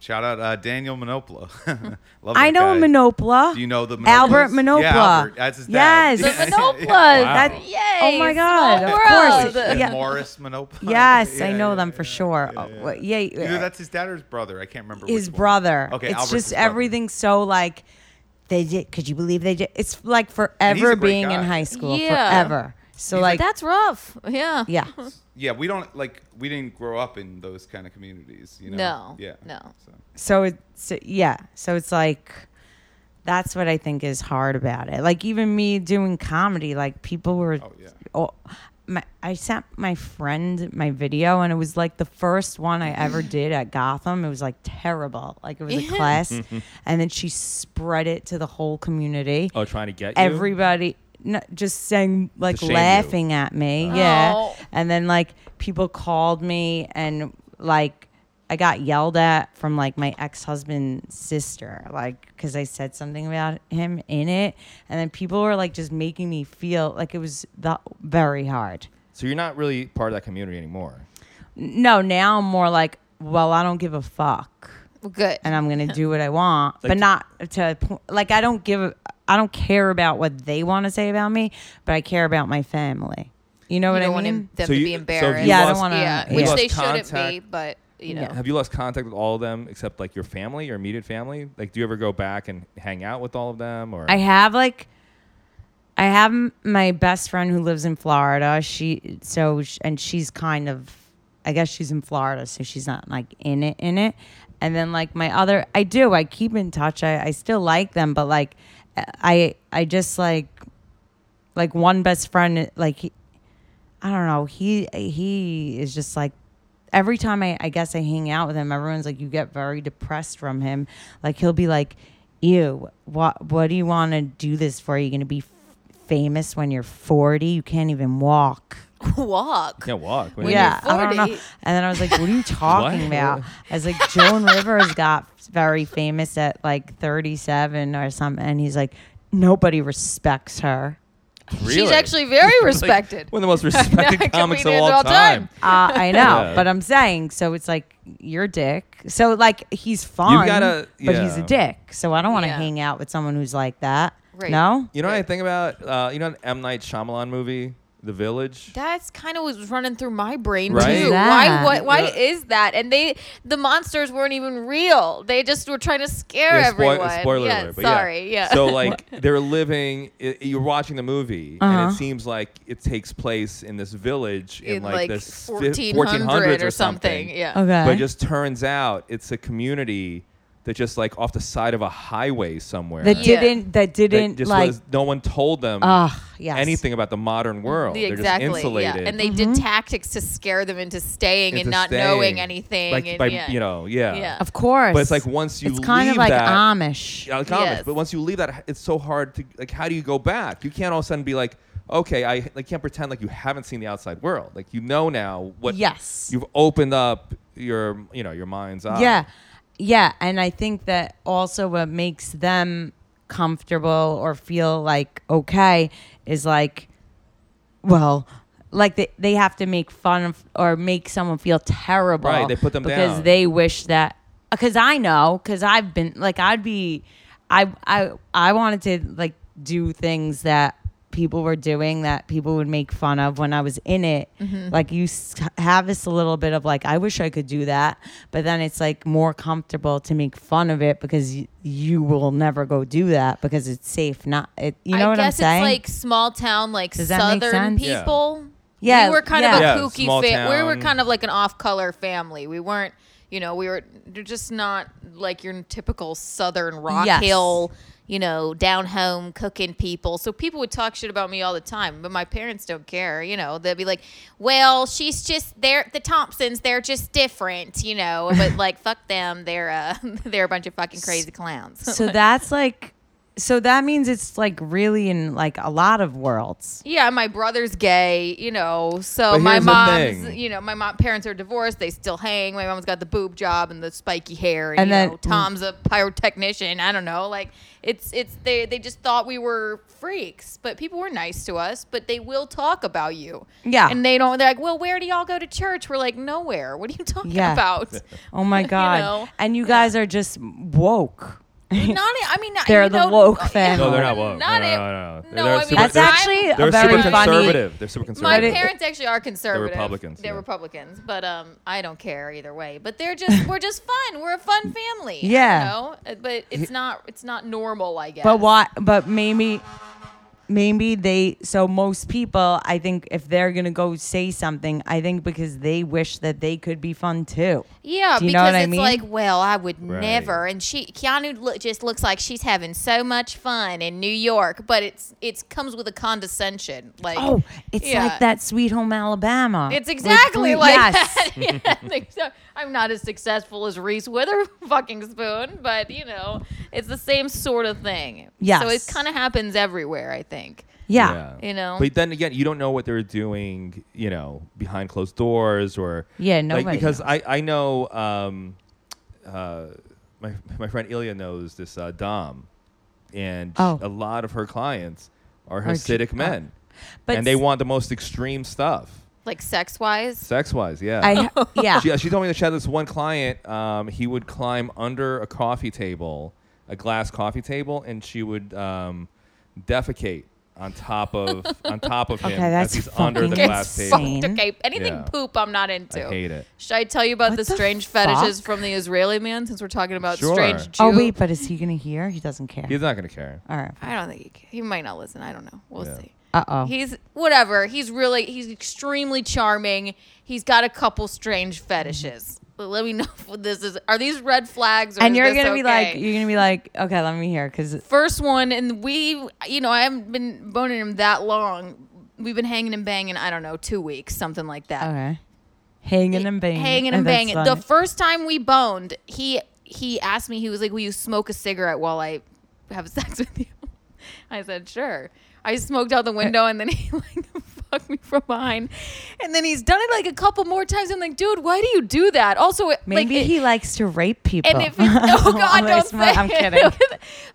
[SPEAKER 3] Shout out uh, Daniel Manopla. Love
[SPEAKER 4] I
[SPEAKER 3] that
[SPEAKER 4] know
[SPEAKER 3] guy.
[SPEAKER 4] Manopla.
[SPEAKER 3] Do you know the Manoplas?
[SPEAKER 4] Albert Manopla.
[SPEAKER 3] Yeah, Albert. That's his dad.
[SPEAKER 4] Yes.
[SPEAKER 2] The
[SPEAKER 4] Yeah.
[SPEAKER 2] Manoplas.
[SPEAKER 1] Wow.
[SPEAKER 2] Yay.
[SPEAKER 4] Oh my God,
[SPEAKER 2] small
[SPEAKER 4] of course.
[SPEAKER 2] world.
[SPEAKER 3] And
[SPEAKER 4] Yeah.
[SPEAKER 3] Morris Manopla.
[SPEAKER 4] Yes,
[SPEAKER 3] Yeah,
[SPEAKER 4] I know
[SPEAKER 3] yeah,
[SPEAKER 4] them for
[SPEAKER 3] yeah.
[SPEAKER 4] sure. Yeah, yeah.
[SPEAKER 3] Either that's his dad or his brother. I can't remember.
[SPEAKER 4] his
[SPEAKER 3] which one.
[SPEAKER 4] brother.
[SPEAKER 3] Okay,
[SPEAKER 4] it's
[SPEAKER 3] Albert's
[SPEAKER 4] just
[SPEAKER 3] his brother.
[SPEAKER 4] everything so like they did. Could you believe they did? It's like
[SPEAKER 3] he's a
[SPEAKER 4] forever
[SPEAKER 3] great
[SPEAKER 4] being in
[SPEAKER 3] guy.
[SPEAKER 4] high school,
[SPEAKER 2] Yeah.
[SPEAKER 4] forever. So like,
[SPEAKER 2] That's rough. Yeah.
[SPEAKER 4] yeah,
[SPEAKER 3] Yeah, we don't like. We didn't grow up in those kind of communities. You know.
[SPEAKER 2] No,
[SPEAKER 3] Yeah.
[SPEAKER 2] no.
[SPEAKER 3] So.
[SPEAKER 4] so it's yeah, so it's like that's what I think is hard about it. Like even me doing comedy, like people were.
[SPEAKER 3] Oh, yeah.
[SPEAKER 4] oh, my, I sent my friend my video, and it was like the first one I ever did at Gotham. It was like terrible. Like it was a class, and then she spread it to the whole community.
[SPEAKER 1] Oh, trying to get you?
[SPEAKER 4] Everybody. No, just saying, like
[SPEAKER 1] To shame you.
[SPEAKER 4] laughing at me, yeah.
[SPEAKER 2] Oh.
[SPEAKER 4] And then like people called me, and like I got yelled at from like my ex husband's sister, like because I said something about him in it, and then people were like just making me feel like it was the, very hard.
[SPEAKER 1] So you're not really part of that community anymore.
[SPEAKER 4] No, now I'm more like, well, I don't give a fuck,
[SPEAKER 2] Well, Good.
[SPEAKER 4] and I'm gonna do what I want,
[SPEAKER 1] Like-
[SPEAKER 4] but not to a po- like I don't give, a, I don't care about what they want to say about me, but I care about my family. You know
[SPEAKER 2] You
[SPEAKER 4] what
[SPEAKER 2] don't
[SPEAKER 4] I
[SPEAKER 2] want
[SPEAKER 4] mean?
[SPEAKER 2] him- them
[SPEAKER 1] So
[SPEAKER 2] to
[SPEAKER 1] you-
[SPEAKER 2] be
[SPEAKER 1] so if you
[SPEAKER 2] embarrassed.
[SPEAKER 4] yeah, I don't
[SPEAKER 1] lost-
[SPEAKER 4] want to.
[SPEAKER 2] yeah,
[SPEAKER 1] you
[SPEAKER 2] which
[SPEAKER 1] lost
[SPEAKER 2] they shouldn't be,
[SPEAKER 1] contact.
[SPEAKER 2] but you know,
[SPEAKER 4] Yeah.
[SPEAKER 1] Have you lost contact with all of them except like your family, your immediate family? Like, do you ever go back and hang out with all of them? Or
[SPEAKER 4] I have like, I have m- my best friend who lives in Florida. She so sh- and she's kind of, I guess she's in Florida, so she's not like in it in it. And then like my other, I do. I keep in touch. I I still like them, but like, I I just like, like one best friend like. He, I don't know. He he is just like every time I, I guess I hang out with him, everyone's like you get very depressed from him. Like he'll be like, "Ew, what what do you want to do this for? Are you gonna be f- famous when you're 40? You can't even walk."
[SPEAKER 2] walk.
[SPEAKER 1] can't walk. What do you
[SPEAKER 4] yeah,
[SPEAKER 2] you're
[SPEAKER 4] I don't know.
[SPEAKER 2] 40.
[SPEAKER 4] And then I was like, "What are you talking
[SPEAKER 1] What?
[SPEAKER 4] about?" I was like, "Joan Rivers got very famous at like 37 or something," and he's like, "Nobody respects her."
[SPEAKER 1] mean?
[SPEAKER 2] She's
[SPEAKER 1] Really?
[SPEAKER 2] actually very
[SPEAKER 1] Like,
[SPEAKER 2] respected.
[SPEAKER 1] one of the most respected
[SPEAKER 2] Comedians
[SPEAKER 1] comics of
[SPEAKER 2] of
[SPEAKER 1] all
[SPEAKER 2] all
[SPEAKER 1] time.
[SPEAKER 2] time.
[SPEAKER 4] Uh, I know,
[SPEAKER 1] Yeah.
[SPEAKER 4] but I'm saying so. It's like you're a dick. So like he's fun,
[SPEAKER 1] gotta-
[SPEAKER 4] but he's
[SPEAKER 1] yeah.
[SPEAKER 4] a dick. So I don't want to
[SPEAKER 2] Yeah.
[SPEAKER 4] hang out with someone who's like that.
[SPEAKER 2] Right.
[SPEAKER 4] No,
[SPEAKER 1] You know what I think about? Uh, you know, an M Night Shyamalan movie. The Village.
[SPEAKER 2] That's kind of what was running through my brain
[SPEAKER 1] Right?
[SPEAKER 2] too. Why?
[SPEAKER 4] That.
[SPEAKER 2] Why, why
[SPEAKER 1] Yeah.
[SPEAKER 2] is that? And they, the monsters weren't even real. They just were trying to scare
[SPEAKER 1] Yeah, spoil-
[SPEAKER 2] everyone.
[SPEAKER 1] Spoiler
[SPEAKER 2] yeah,
[SPEAKER 1] alert, but
[SPEAKER 2] sorry. Yeah.
[SPEAKER 1] So like they're living. i you're watching the movie, and
[SPEAKER 4] Uh-huh.
[SPEAKER 1] it seems like it takes place in this village in,
[SPEAKER 2] in
[SPEAKER 1] like,
[SPEAKER 2] like,
[SPEAKER 1] this fif-
[SPEAKER 2] 1400 or something. Yeah.
[SPEAKER 4] Okay.
[SPEAKER 1] But it just turns out it's a community that just like off the side of a highway somewhere.
[SPEAKER 4] that
[SPEAKER 2] Yeah.
[SPEAKER 4] didn't
[SPEAKER 1] that
[SPEAKER 4] that didn't
[SPEAKER 1] just
[SPEAKER 4] like
[SPEAKER 1] was- no one told them
[SPEAKER 4] ah yes
[SPEAKER 1] anything about the modern world.
[SPEAKER 2] The-
[SPEAKER 1] They're just
[SPEAKER 2] exactly.
[SPEAKER 1] insulated.
[SPEAKER 2] Yeah. And they did tactics to scare them into staying
[SPEAKER 1] into
[SPEAKER 2] and not
[SPEAKER 1] staying,
[SPEAKER 2] knowing anything.
[SPEAKER 1] Like,
[SPEAKER 2] and,
[SPEAKER 1] by,
[SPEAKER 2] yeah.
[SPEAKER 1] you know, yeah.
[SPEAKER 2] Yeah.
[SPEAKER 4] Of course.
[SPEAKER 1] But it's like once you
[SPEAKER 4] it's kind
[SPEAKER 1] leave
[SPEAKER 4] of like
[SPEAKER 1] that,
[SPEAKER 4] Amish.
[SPEAKER 1] Yeah, like
[SPEAKER 2] Yes.
[SPEAKER 1] Amish, But once you leave that, it's so hard to like. How do you go back? You can't all of a sudden be like, okay, I like can't pretend like you haven't seen the outside world. Like you know now what.
[SPEAKER 4] Yes.
[SPEAKER 1] You've opened up your you know your mind's eye.
[SPEAKER 4] Yeah. Yeah. And I think that also what makes them comfortable or feel like okay is like, well, like they, they have to make fun of or make someone feel terrible.
[SPEAKER 1] Right, they put them
[SPEAKER 4] because
[SPEAKER 1] down.
[SPEAKER 4] they wish that. Because I know, because I've been like, I'd be, I, I, I wanted to like do things that people were doing that people would make fun of when I was in it.
[SPEAKER 2] Mm-hmm.
[SPEAKER 4] Like you s- have this little bit of like, I wish I could do that, but then it's like more comfortable to make fun of it because y- you will never go do that because it's safe. Not it. You know
[SPEAKER 2] I
[SPEAKER 4] what
[SPEAKER 2] guess
[SPEAKER 4] I'm saying?
[SPEAKER 2] it's like small town, like
[SPEAKER 4] Does that make
[SPEAKER 2] southern
[SPEAKER 4] sense?
[SPEAKER 1] Yeah.
[SPEAKER 2] people.
[SPEAKER 4] Yeah,
[SPEAKER 2] we were kind
[SPEAKER 4] yeah.
[SPEAKER 1] Yeah,
[SPEAKER 2] of a kooky
[SPEAKER 1] small
[SPEAKER 2] family. We were
[SPEAKER 1] town.
[SPEAKER 2] kind of like an off-color family. We weren't, you know, we were they're just not like your typical southern Rock
[SPEAKER 4] Yes.
[SPEAKER 2] Hill, you know, down home cooking people. So people would talk shit about me all the time, but my parents don't care. You know, they'd be like, "Well, she's just they're the Thompsons. They're just different, you know." But like, fuck them. They're uh, they're a bunch of fucking crazy clowns.
[SPEAKER 4] so that's like, so that means it's like really in like a lot of worlds.
[SPEAKER 2] Yeah, my brother's gay, you know. So
[SPEAKER 1] But
[SPEAKER 2] my
[SPEAKER 1] here's the
[SPEAKER 2] mom's,
[SPEAKER 1] thing.
[SPEAKER 2] you know, my mom parents are divorced. They still hang. My mom's got the boob job and the spiky hair, and,
[SPEAKER 4] And
[SPEAKER 2] you
[SPEAKER 4] then-
[SPEAKER 2] know, Tom's a pyrotechnician. I don't know. Like it's it's they they just thought we were freaks, but people were nice to us. But they will talk about you.
[SPEAKER 4] Yeah.
[SPEAKER 2] and they don't. They're like, well, where do y'all go to church? We're like, nowhere. What are you talking
[SPEAKER 4] Yeah.
[SPEAKER 2] about?
[SPEAKER 4] Oh my god!
[SPEAKER 2] know?
[SPEAKER 4] And you guys are just woke.
[SPEAKER 2] Not, e, I mean, not-
[SPEAKER 4] They're
[SPEAKER 2] you know,
[SPEAKER 4] the woke
[SPEAKER 2] uh,
[SPEAKER 4] family.
[SPEAKER 1] No, they're not woke.
[SPEAKER 2] Not
[SPEAKER 1] No,
[SPEAKER 2] it-
[SPEAKER 1] no, no, no.
[SPEAKER 2] no,
[SPEAKER 1] They're
[SPEAKER 2] I mean,
[SPEAKER 1] super-
[SPEAKER 4] That's
[SPEAKER 1] they're-
[SPEAKER 4] actually
[SPEAKER 1] They're
[SPEAKER 4] a very
[SPEAKER 1] super
[SPEAKER 4] funny.
[SPEAKER 1] conservative. They're super
[SPEAKER 2] My
[SPEAKER 1] conservative.
[SPEAKER 2] parents actually are conservative.
[SPEAKER 1] Republicans,
[SPEAKER 2] They're
[SPEAKER 1] yeah.
[SPEAKER 2] Republicans, but um, I don't care either way. But they're just we're just fun. We're a fun family.
[SPEAKER 4] Yeah.
[SPEAKER 2] You know? Uh, But it's not it's not normal, I guess.
[SPEAKER 4] But why? But maybe, maybe they. So most people, I think, if they're gonna go say something, I think because they wish that they could be fun too.
[SPEAKER 2] Yeah,
[SPEAKER 4] Do you know
[SPEAKER 2] because
[SPEAKER 4] what I
[SPEAKER 2] it's
[SPEAKER 4] mean?
[SPEAKER 2] like, well, I would
[SPEAKER 1] Right.
[SPEAKER 2] never. And she Keanu look, just looks like she's having so much fun in New York, but it's it's comes with a condescension. Like
[SPEAKER 4] Oh, it's
[SPEAKER 2] Yeah.
[SPEAKER 4] like that Sweet Home Alabama.
[SPEAKER 2] It's
[SPEAKER 4] With
[SPEAKER 2] exactly
[SPEAKER 4] Bree-
[SPEAKER 2] like
[SPEAKER 4] yes.
[SPEAKER 2] that. Yeah, except I'm not as successful as Reese Witherspoon, but you know, it's the same sort of thing.
[SPEAKER 4] Yes.
[SPEAKER 2] So it kind of happens everywhere, I think.
[SPEAKER 4] Yeah.
[SPEAKER 2] You know?
[SPEAKER 1] But then again, you don't know what they're doing, you know, behind closed doors or
[SPEAKER 4] Yeah,
[SPEAKER 1] Like,
[SPEAKER 4] nobody
[SPEAKER 1] because
[SPEAKER 4] knows.
[SPEAKER 1] I I know um, uh, my my friend Ilya knows this uh, Dom, and
[SPEAKER 4] Oh.
[SPEAKER 1] a lot of her clients are
[SPEAKER 4] Are ju-
[SPEAKER 1] Hasidic
[SPEAKER 4] oh.
[SPEAKER 1] men,
[SPEAKER 4] But
[SPEAKER 1] and they
[SPEAKER 4] s-
[SPEAKER 1] want the most extreme stuff,
[SPEAKER 2] Like sex wise.
[SPEAKER 1] sex wise. Yeah.
[SPEAKER 4] I yeah.
[SPEAKER 1] she, she told me that she had this one client. Um, he would climb under a coffee table, a glass coffee table, and she would um, defecate on top of on top of him
[SPEAKER 4] Okay,
[SPEAKER 1] as
[SPEAKER 4] that's
[SPEAKER 1] he's under the
[SPEAKER 4] fucking
[SPEAKER 1] glass table.
[SPEAKER 4] insane.
[SPEAKER 2] Okay, anything
[SPEAKER 1] Yeah.
[SPEAKER 2] poop I'm not into.
[SPEAKER 1] I hate it.
[SPEAKER 2] Should I tell you about
[SPEAKER 4] What
[SPEAKER 2] the
[SPEAKER 4] the
[SPEAKER 2] strange
[SPEAKER 4] fuck?
[SPEAKER 2] fetishes from the Israeli man since we're talking about
[SPEAKER 1] Sure.
[SPEAKER 2] strange Jew?
[SPEAKER 4] Oh wait, but is he gonna hear? He doesn't care.
[SPEAKER 1] He's not gonna care.
[SPEAKER 4] All right.
[SPEAKER 2] I don't think he, ca- he might not listen. I don't know. We'll
[SPEAKER 1] Yeah.
[SPEAKER 2] see.
[SPEAKER 4] Uh oh.
[SPEAKER 2] He's whatever. He's really he's extremely charming. He's got a couple strange fetishes. But let me know if this is. Are these red flags? Or
[SPEAKER 4] And
[SPEAKER 2] is
[SPEAKER 4] you're
[SPEAKER 2] this
[SPEAKER 4] gonna be like,
[SPEAKER 2] okay?
[SPEAKER 4] you're gonna be like, okay, let me hear, because
[SPEAKER 2] first one, and we, you know, I haven't been boning him that long. We've been hanging and banging. I don't know, two weeks, something like that.
[SPEAKER 4] okay, hanging and banging,
[SPEAKER 2] Hanging
[SPEAKER 4] Oh,
[SPEAKER 2] and
[SPEAKER 4] that's
[SPEAKER 2] banging.
[SPEAKER 4] funny.
[SPEAKER 2] The first time we boned, he he asked me, he was like, "Will you smoke a cigarette while I have sex with you?" I said, "Sure." I smoked
[SPEAKER 4] Uh,
[SPEAKER 2] out the window, and then he like fucked me from behind, and then he's done it like a couple more times. I'm like, "Dude, why do you do that?" Also, it-
[SPEAKER 4] Maybe
[SPEAKER 2] like, it-
[SPEAKER 4] he likes to rape people.
[SPEAKER 2] and if it's, oh god,
[SPEAKER 4] I'm really
[SPEAKER 2] don't say
[SPEAKER 4] smart. I'm
[SPEAKER 2] it.
[SPEAKER 4] kidding.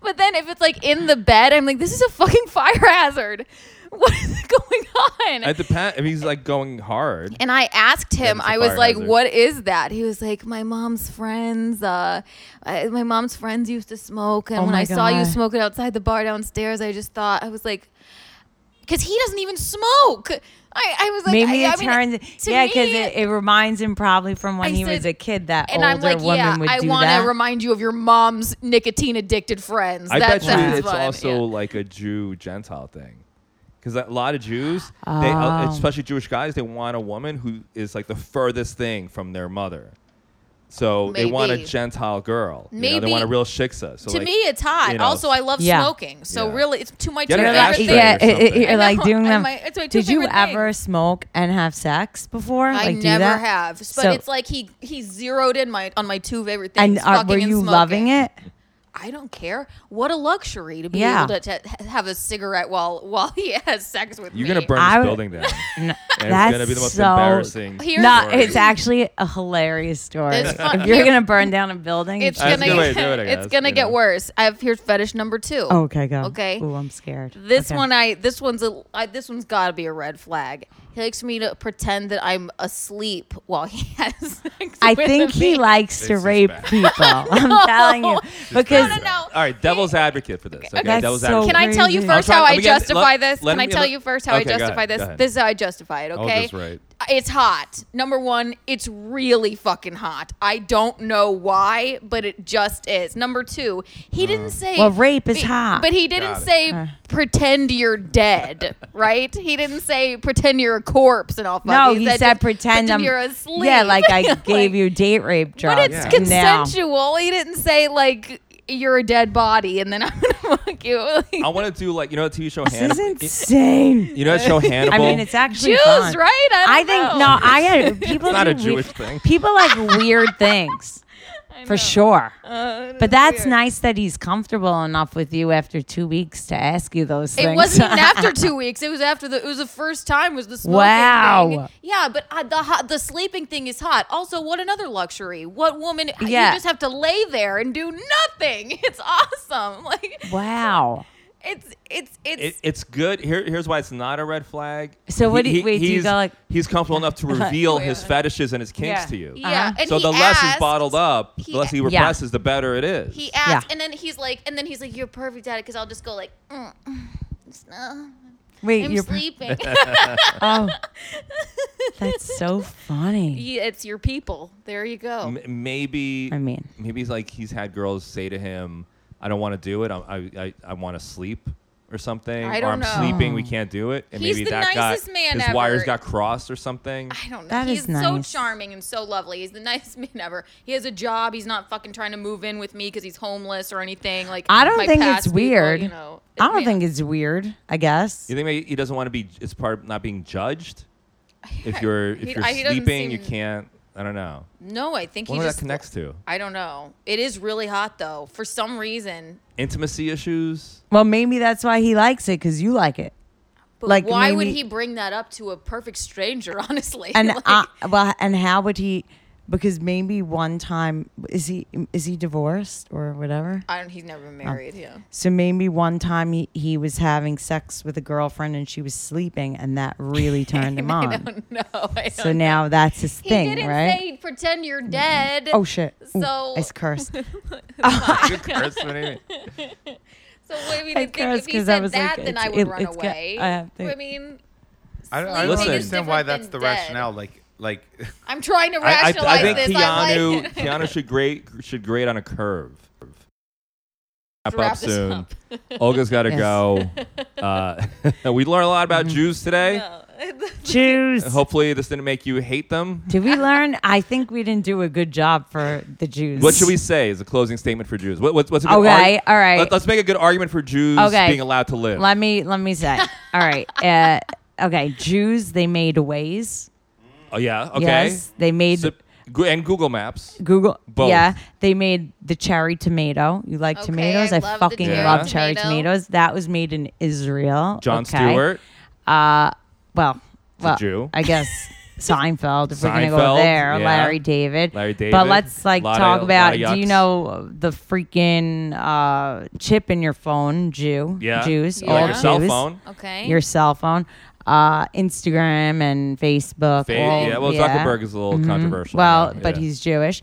[SPEAKER 2] but then if it's like in the bed, I'm like, this is a fucking fire hazard. What is going on?
[SPEAKER 1] It depends. If he's like going hard,
[SPEAKER 2] And I asked him,
[SPEAKER 1] it's a
[SPEAKER 2] I was
[SPEAKER 1] fire
[SPEAKER 2] like,
[SPEAKER 1] hazard.
[SPEAKER 2] "What is that?" He was like, "My mom's friends. Uh, I, my mom's friends used to smoke, and
[SPEAKER 4] Oh
[SPEAKER 2] when
[SPEAKER 4] my
[SPEAKER 2] I saw you
[SPEAKER 4] God.
[SPEAKER 2] smoke it outside the bar downstairs, I just thought I was like." because he doesn't even smoke. I, I was like,
[SPEAKER 4] Maybe
[SPEAKER 2] I,
[SPEAKER 4] it
[SPEAKER 2] I mean,
[SPEAKER 4] turns.
[SPEAKER 2] to
[SPEAKER 4] Yeah, because
[SPEAKER 2] me-
[SPEAKER 4] it, it reminds him probably from when
[SPEAKER 2] I
[SPEAKER 4] he was
[SPEAKER 2] said-
[SPEAKER 4] a kid that
[SPEAKER 2] and
[SPEAKER 4] older
[SPEAKER 2] I'm like,
[SPEAKER 4] woman
[SPEAKER 2] yeah,
[SPEAKER 4] would
[SPEAKER 2] I
[SPEAKER 4] do
[SPEAKER 2] want
[SPEAKER 4] that.
[SPEAKER 2] to remind you of your mom's nicotine addicted friends.
[SPEAKER 1] I
[SPEAKER 2] That-
[SPEAKER 1] bet
[SPEAKER 2] that's
[SPEAKER 1] you it's
[SPEAKER 2] fun,
[SPEAKER 1] also
[SPEAKER 2] yeah.
[SPEAKER 1] like a Jew Gentile thing. Because a lot of Jews, they, uh,
[SPEAKER 4] Oh.
[SPEAKER 1] especially Jewish guys, they want a woman who is like the furthest thing from their mother. So they want a
[SPEAKER 2] Maybe.
[SPEAKER 1] Gentile girl. You know, they
[SPEAKER 2] Maybe-
[SPEAKER 1] want a real shiksa. So
[SPEAKER 2] to
[SPEAKER 1] like,
[SPEAKER 2] me, it's hot.
[SPEAKER 1] you know,
[SPEAKER 2] also, I love
[SPEAKER 4] Yeah.
[SPEAKER 2] smoking, so
[SPEAKER 1] Yeah.
[SPEAKER 2] really, it's to my two
[SPEAKER 1] Get an
[SPEAKER 2] favorite
[SPEAKER 1] ashtray
[SPEAKER 2] things.
[SPEAKER 4] yeah,
[SPEAKER 1] or
[SPEAKER 4] it, it,
[SPEAKER 1] something.
[SPEAKER 4] you're like
[SPEAKER 2] I know.
[SPEAKER 4] doing
[SPEAKER 2] I
[SPEAKER 4] them.
[SPEAKER 2] might- it's my two
[SPEAKER 4] Did you
[SPEAKER 2] favorite
[SPEAKER 4] ever
[SPEAKER 2] things.
[SPEAKER 4] smoke and have sex before?
[SPEAKER 2] I
[SPEAKER 4] like, do
[SPEAKER 2] never
[SPEAKER 4] that?
[SPEAKER 2] have, but
[SPEAKER 4] So-
[SPEAKER 2] it's like he he zeroed in my on my two favorite things.
[SPEAKER 4] And are,
[SPEAKER 2] fucking
[SPEAKER 4] were
[SPEAKER 2] and
[SPEAKER 4] you
[SPEAKER 2] smoking.
[SPEAKER 4] loving it?
[SPEAKER 2] I don't care. What a luxury to be
[SPEAKER 4] Yeah.
[SPEAKER 2] able to, to ha- have a cigarette while while he has sex with
[SPEAKER 1] you're
[SPEAKER 2] me.
[SPEAKER 1] going to burn
[SPEAKER 4] I
[SPEAKER 1] this
[SPEAKER 4] would-
[SPEAKER 1] building down.
[SPEAKER 4] No,
[SPEAKER 1] And
[SPEAKER 4] that's
[SPEAKER 1] it's going to be the most
[SPEAKER 4] so.
[SPEAKER 1] embarrassing.
[SPEAKER 2] Here-
[SPEAKER 4] No,
[SPEAKER 1] story.
[SPEAKER 4] it's actually a hilarious story.
[SPEAKER 2] It's fun.
[SPEAKER 4] If you're gonna burn down a building,
[SPEAKER 2] It's
[SPEAKER 1] That's
[SPEAKER 2] gonna
[SPEAKER 1] a good way to do it, I
[SPEAKER 2] it's
[SPEAKER 1] guess,
[SPEAKER 2] gonna
[SPEAKER 1] you
[SPEAKER 2] get
[SPEAKER 1] know.
[SPEAKER 2] worse. I have here's fetish number two.
[SPEAKER 4] Oh, okay. Go.
[SPEAKER 2] Okay.
[SPEAKER 4] Ooh, I'm scared.
[SPEAKER 2] This
[SPEAKER 4] Okay.
[SPEAKER 2] one, I this one's a I, this one's got to be a red flag. He likes me to pretend that I'm asleep while he has sex.
[SPEAKER 4] I
[SPEAKER 2] with
[SPEAKER 4] think
[SPEAKER 2] me.
[SPEAKER 4] he likes to
[SPEAKER 3] This is
[SPEAKER 4] rape
[SPEAKER 3] bad.
[SPEAKER 4] people. I'm telling you because
[SPEAKER 2] No, no, no.
[SPEAKER 1] All right, devil's advocate for this. Okay,
[SPEAKER 4] That's
[SPEAKER 1] devil's
[SPEAKER 4] so
[SPEAKER 1] advocate.
[SPEAKER 2] Can I tell you
[SPEAKER 4] Crazy.
[SPEAKER 2] first
[SPEAKER 1] I'm
[SPEAKER 2] how
[SPEAKER 1] trying-
[SPEAKER 2] I
[SPEAKER 1] let me get-
[SPEAKER 2] justify
[SPEAKER 1] let-
[SPEAKER 2] this?
[SPEAKER 1] let
[SPEAKER 2] Can I
[SPEAKER 1] me-
[SPEAKER 2] tell
[SPEAKER 1] let-
[SPEAKER 2] you first how I
[SPEAKER 1] okay, go
[SPEAKER 2] justify
[SPEAKER 1] ahead, go
[SPEAKER 2] this?
[SPEAKER 1] ahead.
[SPEAKER 2] This is how I justify it. Okay.
[SPEAKER 3] Elder's right.
[SPEAKER 2] It's hot. Number one, it's really fucking hot. I don't know why, but it just is. Number two,
[SPEAKER 1] Uh.
[SPEAKER 2] he didn't say.
[SPEAKER 4] Well, rape is
[SPEAKER 2] but-
[SPEAKER 4] hot. Uh.
[SPEAKER 2] But he didn't
[SPEAKER 3] Got it.
[SPEAKER 2] say pretend you're dead, right? He didn't say pretend you're a corpse and all. fuck.
[SPEAKER 4] no, he said
[SPEAKER 2] just,
[SPEAKER 4] pretend I'm
[SPEAKER 2] you're asleep.
[SPEAKER 4] Yeah, like I
[SPEAKER 2] Like-
[SPEAKER 4] gave you date rape drugs.
[SPEAKER 2] But it's
[SPEAKER 3] Yeah.
[SPEAKER 4] Now-
[SPEAKER 2] consensual. He didn't say like you're a dead body and then I'm gonna fuck you. Like-
[SPEAKER 1] I want to do like, you know, the TV show
[SPEAKER 4] This is
[SPEAKER 1] Hannibal.
[SPEAKER 4] insane.
[SPEAKER 1] You know, that show Hannibal.
[SPEAKER 4] I mean, it's actually
[SPEAKER 2] Jews,
[SPEAKER 4] fun.
[SPEAKER 2] right? I, don't
[SPEAKER 4] I think
[SPEAKER 2] know.
[SPEAKER 4] no. I had people
[SPEAKER 1] not
[SPEAKER 4] do
[SPEAKER 1] a Jewish
[SPEAKER 4] weird-
[SPEAKER 1] thing.
[SPEAKER 4] People like weird things, for sure.
[SPEAKER 2] Uh,
[SPEAKER 4] But that's
[SPEAKER 2] weird.
[SPEAKER 4] nice that he's comfortable enough with you after two weeks to ask you those things.
[SPEAKER 2] It wasn't even after two weeks. It was after the. It was the first time. Was the smoking
[SPEAKER 4] Wow.
[SPEAKER 2] thing. Yeah, but uh, the hot, the sleeping thing is hot. Also, what another luxury? What woman?
[SPEAKER 4] Yeah.
[SPEAKER 2] You just have to lay there and do nothing. It's awesome. Like
[SPEAKER 4] wow.
[SPEAKER 2] it's it's it's.
[SPEAKER 1] It, it's good. Here, here's why it's not a red flag.
[SPEAKER 4] So what do you- wait, do you
[SPEAKER 1] he's-
[SPEAKER 4] go like-
[SPEAKER 1] he's comfortable enough to reveal his fetishes and his kinks
[SPEAKER 4] Yeah.
[SPEAKER 1] to you.
[SPEAKER 2] yeah,
[SPEAKER 4] Uh-huh.
[SPEAKER 2] and
[SPEAKER 1] so
[SPEAKER 2] he
[SPEAKER 1] the less is
[SPEAKER 2] asked-
[SPEAKER 1] bottled up,
[SPEAKER 2] he-
[SPEAKER 1] the less he
[SPEAKER 4] Yeah.
[SPEAKER 1] represses, the better it is.
[SPEAKER 2] He asked,
[SPEAKER 4] Yeah.
[SPEAKER 2] and then he's like, and then he's like, "You're perfect at it," because I'll just go like, mm, mm, it's not-
[SPEAKER 4] Wait,
[SPEAKER 2] "I'm
[SPEAKER 4] you're
[SPEAKER 2] sleeping."
[SPEAKER 4] oh, that's so funny.
[SPEAKER 2] Yeah, it's your people. There you go.
[SPEAKER 1] M- maybe.
[SPEAKER 4] I mean-
[SPEAKER 1] maybe he's like he's had girls say to him, "I don't want to do it. I I, I, I want to sleep." Or something,
[SPEAKER 2] I
[SPEAKER 1] or
[SPEAKER 2] don't
[SPEAKER 1] I'm
[SPEAKER 2] know.
[SPEAKER 1] sleeping. We can't do it, and
[SPEAKER 2] He's
[SPEAKER 1] maybe
[SPEAKER 2] the
[SPEAKER 1] that
[SPEAKER 2] nicest
[SPEAKER 1] got
[SPEAKER 2] man
[SPEAKER 1] his
[SPEAKER 2] ever.
[SPEAKER 1] wires got crossed or something.
[SPEAKER 2] I don't know.
[SPEAKER 4] That
[SPEAKER 2] he's
[SPEAKER 4] is
[SPEAKER 2] so
[SPEAKER 4] nice.
[SPEAKER 2] charming and so lovely. He's the nicest man ever. He has a job. He's not fucking trying to move in with me because he's homeless or anything. Like
[SPEAKER 4] I don't
[SPEAKER 2] my
[SPEAKER 4] think
[SPEAKER 2] past
[SPEAKER 4] it's
[SPEAKER 2] people,
[SPEAKER 4] weird.
[SPEAKER 2] you know,
[SPEAKER 4] I don't
[SPEAKER 2] Yeah.
[SPEAKER 4] think it's weird. I guess.
[SPEAKER 1] You think maybe he doesn't want to be? It's part of not being judged. If you're if
[SPEAKER 2] He-
[SPEAKER 1] you're
[SPEAKER 2] I- he doesn't
[SPEAKER 1] sleeping, you
[SPEAKER 2] seem-
[SPEAKER 1] can't. I don't know.
[SPEAKER 2] No, I think he
[SPEAKER 1] What that
[SPEAKER 2] just.
[SPEAKER 1] connects to?
[SPEAKER 2] I don't know. It is really hot though. For some reason,
[SPEAKER 1] Intimacy issues.
[SPEAKER 4] Well, maybe that's why he likes it because you like it.
[SPEAKER 2] but
[SPEAKER 4] Like,
[SPEAKER 2] why would
[SPEAKER 4] maybe-
[SPEAKER 2] he bring that up to a perfect stranger? Honestly,
[SPEAKER 4] And
[SPEAKER 2] Like,
[SPEAKER 4] I, well, and how would he? Because maybe one time is he is he divorced or whatever?
[SPEAKER 2] I don't. He's never
[SPEAKER 4] Oh.
[SPEAKER 2] been married. Yeah.
[SPEAKER 4] So maybe one time he, he was having sex with a girlfriend and she was sleeping, and that really turned him
[SPEAKER 2] I
[SPEAKER 4] on.
[SPEAKER 2] don't know. I
[SPEAKER 4] So
[SPEAKER 2] don't-
[SPEAKER 4] now that's his
[SPEAKER 2] he
[SPEAKER 4] thing,
[SPEAKER 2] didn't
[SPEAKER 4] right?
[SPEAKER 2] say pretend you're dead.
[SPEAKER 4] oh shit! Ooh,
[SPEAKER 2] So-
[SPEAKER 4] I cursed.
[SPEAKER 1] Good curse, what do you mean?
[SPEAKER 2] So what I mean,
[SPEAKER 4] I
[SPEAKER 2] I think if
[SPEAKER 4] cursed
[SPEAKER 2] he
[SPEAKER 4] 'cause I
[SPEAKER 2] said
[SPEAKER 4] was
[SPEAKER 2] that,
[SPEAKER 4] like,
[SPEAKER 2] then
[SPEAKER 4] it's-
[SPEAKER 2] I would
[SPEAKER 4] it-
[SPEAKER 2] run
[SPEAKER 4] it's got-
[SPEAKER 2] away.
[SPEAKER 4] I have to-
[SPEAKER 2] I mean,
[SPEAKER 3] I, don't- I
[SPEAKER 2] Sleeping
[SPEAKER 3] don't
[SPEAKER 1] is
[SPEAKER 3] understand why
[SPEAKER 2] different
[SPEAKER 3] that's
[SPEAKER 2] than
[SPEAKER 3] the
[SPEAKER 2] dead.
[SPEAKER 3] rationale. Like, like
[SPEAKER 2] I'm trying to
[SPEAKER 1] I,
[SPEAKER 2] rationalize
[SPEAKER 1] I, I think
[SPEAKER 2] this. I'm
[SPEAKER 1] Keanu
[SPEAKER 2] like,
[SPEAKER 1] Keanu should grade should grade on a curve. Wrap
[SPEAKER 2] wrap
[SPEAKER 1] up
[SPEAKER 2] this
[SPEAKER 1] soon.
[SPEAKER 2] up.
[SPEAKER 1] Olga's got to
[SPEAKER 4] Yes.
[SPEAKER 1] go. Uh, we learned a lot about Jews today.
[SPEAKER 2] No.
[SPEAKER 4] Jews.
[SPEAKER 1] Hopefully, this didn't make you hate them.
[SPEAKER 4] Did we learn? I think we didn't do a good job for the Jews.
[SPEAKER 1] What should we say as a closing statement for Jews? What, what's, what's a good
[SPEAKER 4] Okay, all right.
[SPEAKER 1] Let, us make a good argument for Jews
[SPEAKER 4] Okay.
[SPEAKER 1] being allowed to live.
[SPEAKER 4] Let me let me say. All right. Uh, okay. Jews. They made ways.
[SPEAKER 1] oh yeah, okay.
[SPEAKER 4] Yes. They made
[SPEAKER 1] So- Gu- and Google Maps.
[SPEAKER 4] Google.
[SPEAKER 1] Both.
[SPEAKER 4] Yeah, they made the cherry tomato. You like
[SPEAKER 2] Okay,
[SPEAKER 4] tomatoes?
[SPEAKER 2] I
[SPEAKER 4] I,
[SPEAKER 2] love the
[SPEAKER 4] fucking
[SPEAKER 1] cherry
[SPEAKER 4] love cherry
[SPEAKER 2] tomato.
[SPEAKER 4] tomatoes. That was made in Israel.
[SPEAKER 1] John
[SPEAKER 4] okay.
[SPEAKER 1] Stewart.
[SPEAKER 4] Uh, well,
[SPEAKER 1] a
[SPEAKER 4] well,
[SPEAKER 1] Jew.
[SPEAKER 4] I guess Seinfeld. If we're gonna go
[SPEAKER 1] Seinfeld,
[SPEAKER 4] there,
[SPEAKER 1] yeah.
[SPEAKER 4] Larry David.
[SPEAKER 1] Larry
[SPEAKER 4] But
[SPEAKER 1] David.
[SPEAKER 4] let's like
[SPEAKER 1] Lot
[SPEAKER 4] talk
[SPEAKER 1] of-
[SPEAKER 4] about.
[SPEAKER 1] lot of
[SPEAKER 4] Do you
[SPEAKER 1] yucks.
[SPEAKER 4] know the freaking uh, chip in your phone, Jew?
[SPEAKER 1] Yeah.
[SPEAKER 4] Jews.
[SPEAKER 1] You
[SPEAKER 2] like
[SPEAKER 4] all
[SPEAKER 2] your cell
[SPEAKER 4] Jews.
[SPEAKER 1] phone?
[SPEAKER 2] Okay.
[SPEAKER 4] Your cell phone. Uh, Instagram and Facebook.
[SPEAKER 1] Fa-
[SPEAKER 4] all-
[SPEAKER 1] yeah, well, Zuckerberg is a little controversial.
[SPEAKER 4] well,
[SPEAKER 1] now,
[SPEAKER 4] but
[SPEAKER 1] yeah.
[SPEAKER 4] he's Jewish.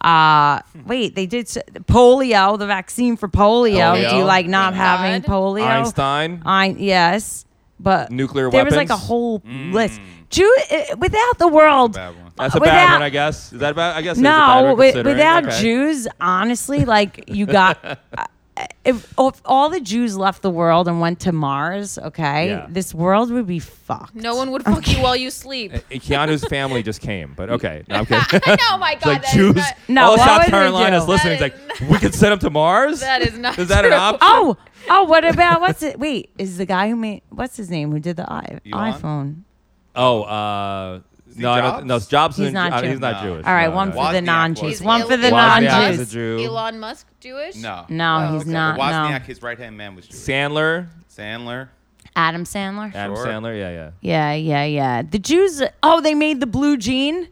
[SPEAKER 4] Uh, wait, they did s- polio, the vaccine for polio. Do you
[SPEAKER 1] Polio.
[SPEAKER 4] like not
[SPEAKER 2] Thank
[SPEAKER 4] having
[SPEAKER 2] Oh God.
[SPEAKER 4] polio?
[SPEAKER 1] Einstein.
[SPEAKER 4] I yes. But
[SPEAKER 1] Nuclear
[SPEAKER 4] there was like
[SPEAKER 1] weapons?
[SPEAKER 4] a whole list. Jew, uh, without the world, uh,
[SPEAKER 3] Bad one.
[SPEAKER 1] That's a
[SPEAKER 4] Without-
[SPEAKER 1] bad one, I guess. Is that bad? I guess. it is a bad
[SPEAKER 4] no,
[SPEAKER 1] one
[SPEAKER 4] wi-
[SPEAKER 1] considering.
[SPEAKER 4] without
[SPEAKER 1] Okay.
[SPEAKER 4] Jews, honestly, like you got. uh, If, if all the Jews left the world and went to Mars, okay,
[SPEAKER 1] Yeah.
[SPEAKER 4] this world would be fucked.
[SPEAKER 2] No one would fuck you while you sleep.
[SPEAKER 1] Uh, Keanu's family just came, but okay. No, I'm kidding.
[SPEAKER 2] I know, my
[SPEAKER 1] It's
[SPEAKER 2] God.
[SPEAKER 1] like
[SPEAKER 2] that is
[SPEAKER 1] Jews,
[SPEAKER 2] not-
[SPEAKER 4] No,
[SPEAKER 1] all of
[SPEAKER 4] why would
[SPEAKER 1] South
[SPEAKER 4] they
[SPEAKER 1] Carolina's
[SPEAKER 4] do?
[SPEAKER 1] listening. It's
[SPEAKER 2] That
[SPEAKER 1] like we could send them to Mars.
[SPEAKER 2] that is not.
[SPEAKER 1] Is that an
[SPEAKER 2] true.
[SPEAKER 1] option?
[SPEAKER 4] Oh, oh, what about what's it? Wait, is the guy who made what's his name who did the I,
[SPEAKER 3] Elon?
[SPEAKER 4] iPhone?
[SPEAKER 1] Oh, uh,
[SPEAKER 3] he
[SPEAKER 1] no, I
[SPEAKER 3] Jobs?
[SPEAKER 1] don't, no, it's Jobs.
[SPEAKER 4] He's
[SPEAKER 1] isn't-
[SPEAKER 4] not
[SPEAKER 1] uh,
[SPEAKER 4] Jew.
[SPEAKER 1] he's not
[SPEAKER 3] No.
[SPEAKER 1] Jewish.
[SPEAKER 4] All right,
[SPEAKER 1] No,
[SPEAKER 4] one
[SPEAKER 1] no,
[SPEAKER 4] for
[SPEAKER 1] no.
[SPEAKER 4] the
[SPEAKER 3] Wozniak
[SPEAKER 4] non-Jews,
[SPEAKER 3] was.
[SPEAKER 4] one for the
[SPEAKER 1] Wozniak
[SPEAKER 4] non-Jews.
[SPEAKER 1] is a Jew.
[SPEAKER 2] Elon Musk Jewish?
[SPEAKER 3] No.
[SPEAKER 4] No,
[SPEAKER 2] Oh,
[SPEAKER 4] he's
[SPEAKER 2] okay.
[SPEAKER 4] not.
[SPEAKER 3] Wozniak,
[SPEAKER 4] No,
[SPEAKER 3] his right hand man was Jewish.
[SPEAKER 1] Sandler,
[SPEAKER 3] Sandler.
[SPEAKER 4] Adam Sandler.
[SPEAKER 1] Adam
[SPEAKER 3] Sure.
[SPEAKER 1] Sandler. Yeah, yeah.
[SPEAKER 4] Yeah, yeah, yeah. The Jews. Oh, they made the blue jean.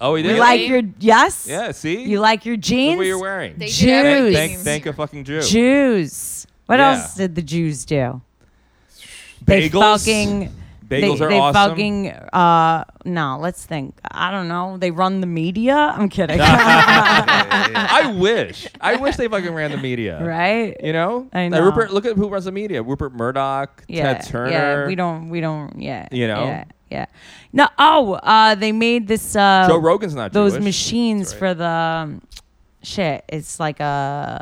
[SPEAKER 1] Oh, he
[SPEAKER 4] You
[SPEAKER 1] did.
[SPEAKER 4] like your yes?
[SPEAKER 1] Yeah. See.
[SPEAKER 4] You like your
[SPEAKER 1] Look
[SPEAKER 4] jeans?
[SPEAKER 1] what you're wearing.
[SPEAKER 2] They
[SPEAKER 4] Jews.
[SPEAKER 2] did everything.
[SPEAKER 1] Thank, thank a fucking Jew.
[SPEAKER 4] Jews. What
[SPEAKER 1] Yeah.
[SPEAKER 4] else did the Jews do? They
[SPEAKER 1] Bagels.
[SPEAKER 4] fucking.
[SPEAKER 1] Bagels
[SPEAKER 4] they,
[SPEAKER 1] are
[SPEAKER 4] they
[SPEAKER 1] awesome.
[SPEAKER 4] fucking uh no let's think i don't know they run the media i'm kidding
[SPEAKER 1] I wish. I wish they fucking ran the media.
[SPEAKER 4] right
[SPEAKER 1] You know.
[SPEAKER 4] I
[SPEAKER 1] Like
[SPEAKER 4] know.
[SPEAKER 1] Rupert, look at who runs the media. Rupert Murdoch,
[SPEAKER 4] yeah,
[SPEAKER 1] Ted Turner.
[SPEAKER 4] yeah we don't we don't yeah
[SPEAKER 1] You know?
[SPEAKER 4] yeah, yeah. no oh uh they made this uh
[SPEAKER 1] Joe Rogan's not
[SPEAKER 4] those
[SPEAKER 1] Jewish.
[SPEAKER 4] machines
[SPEAKER 1] That's right.
[SPEAKER 4] for the um, shit it's like uh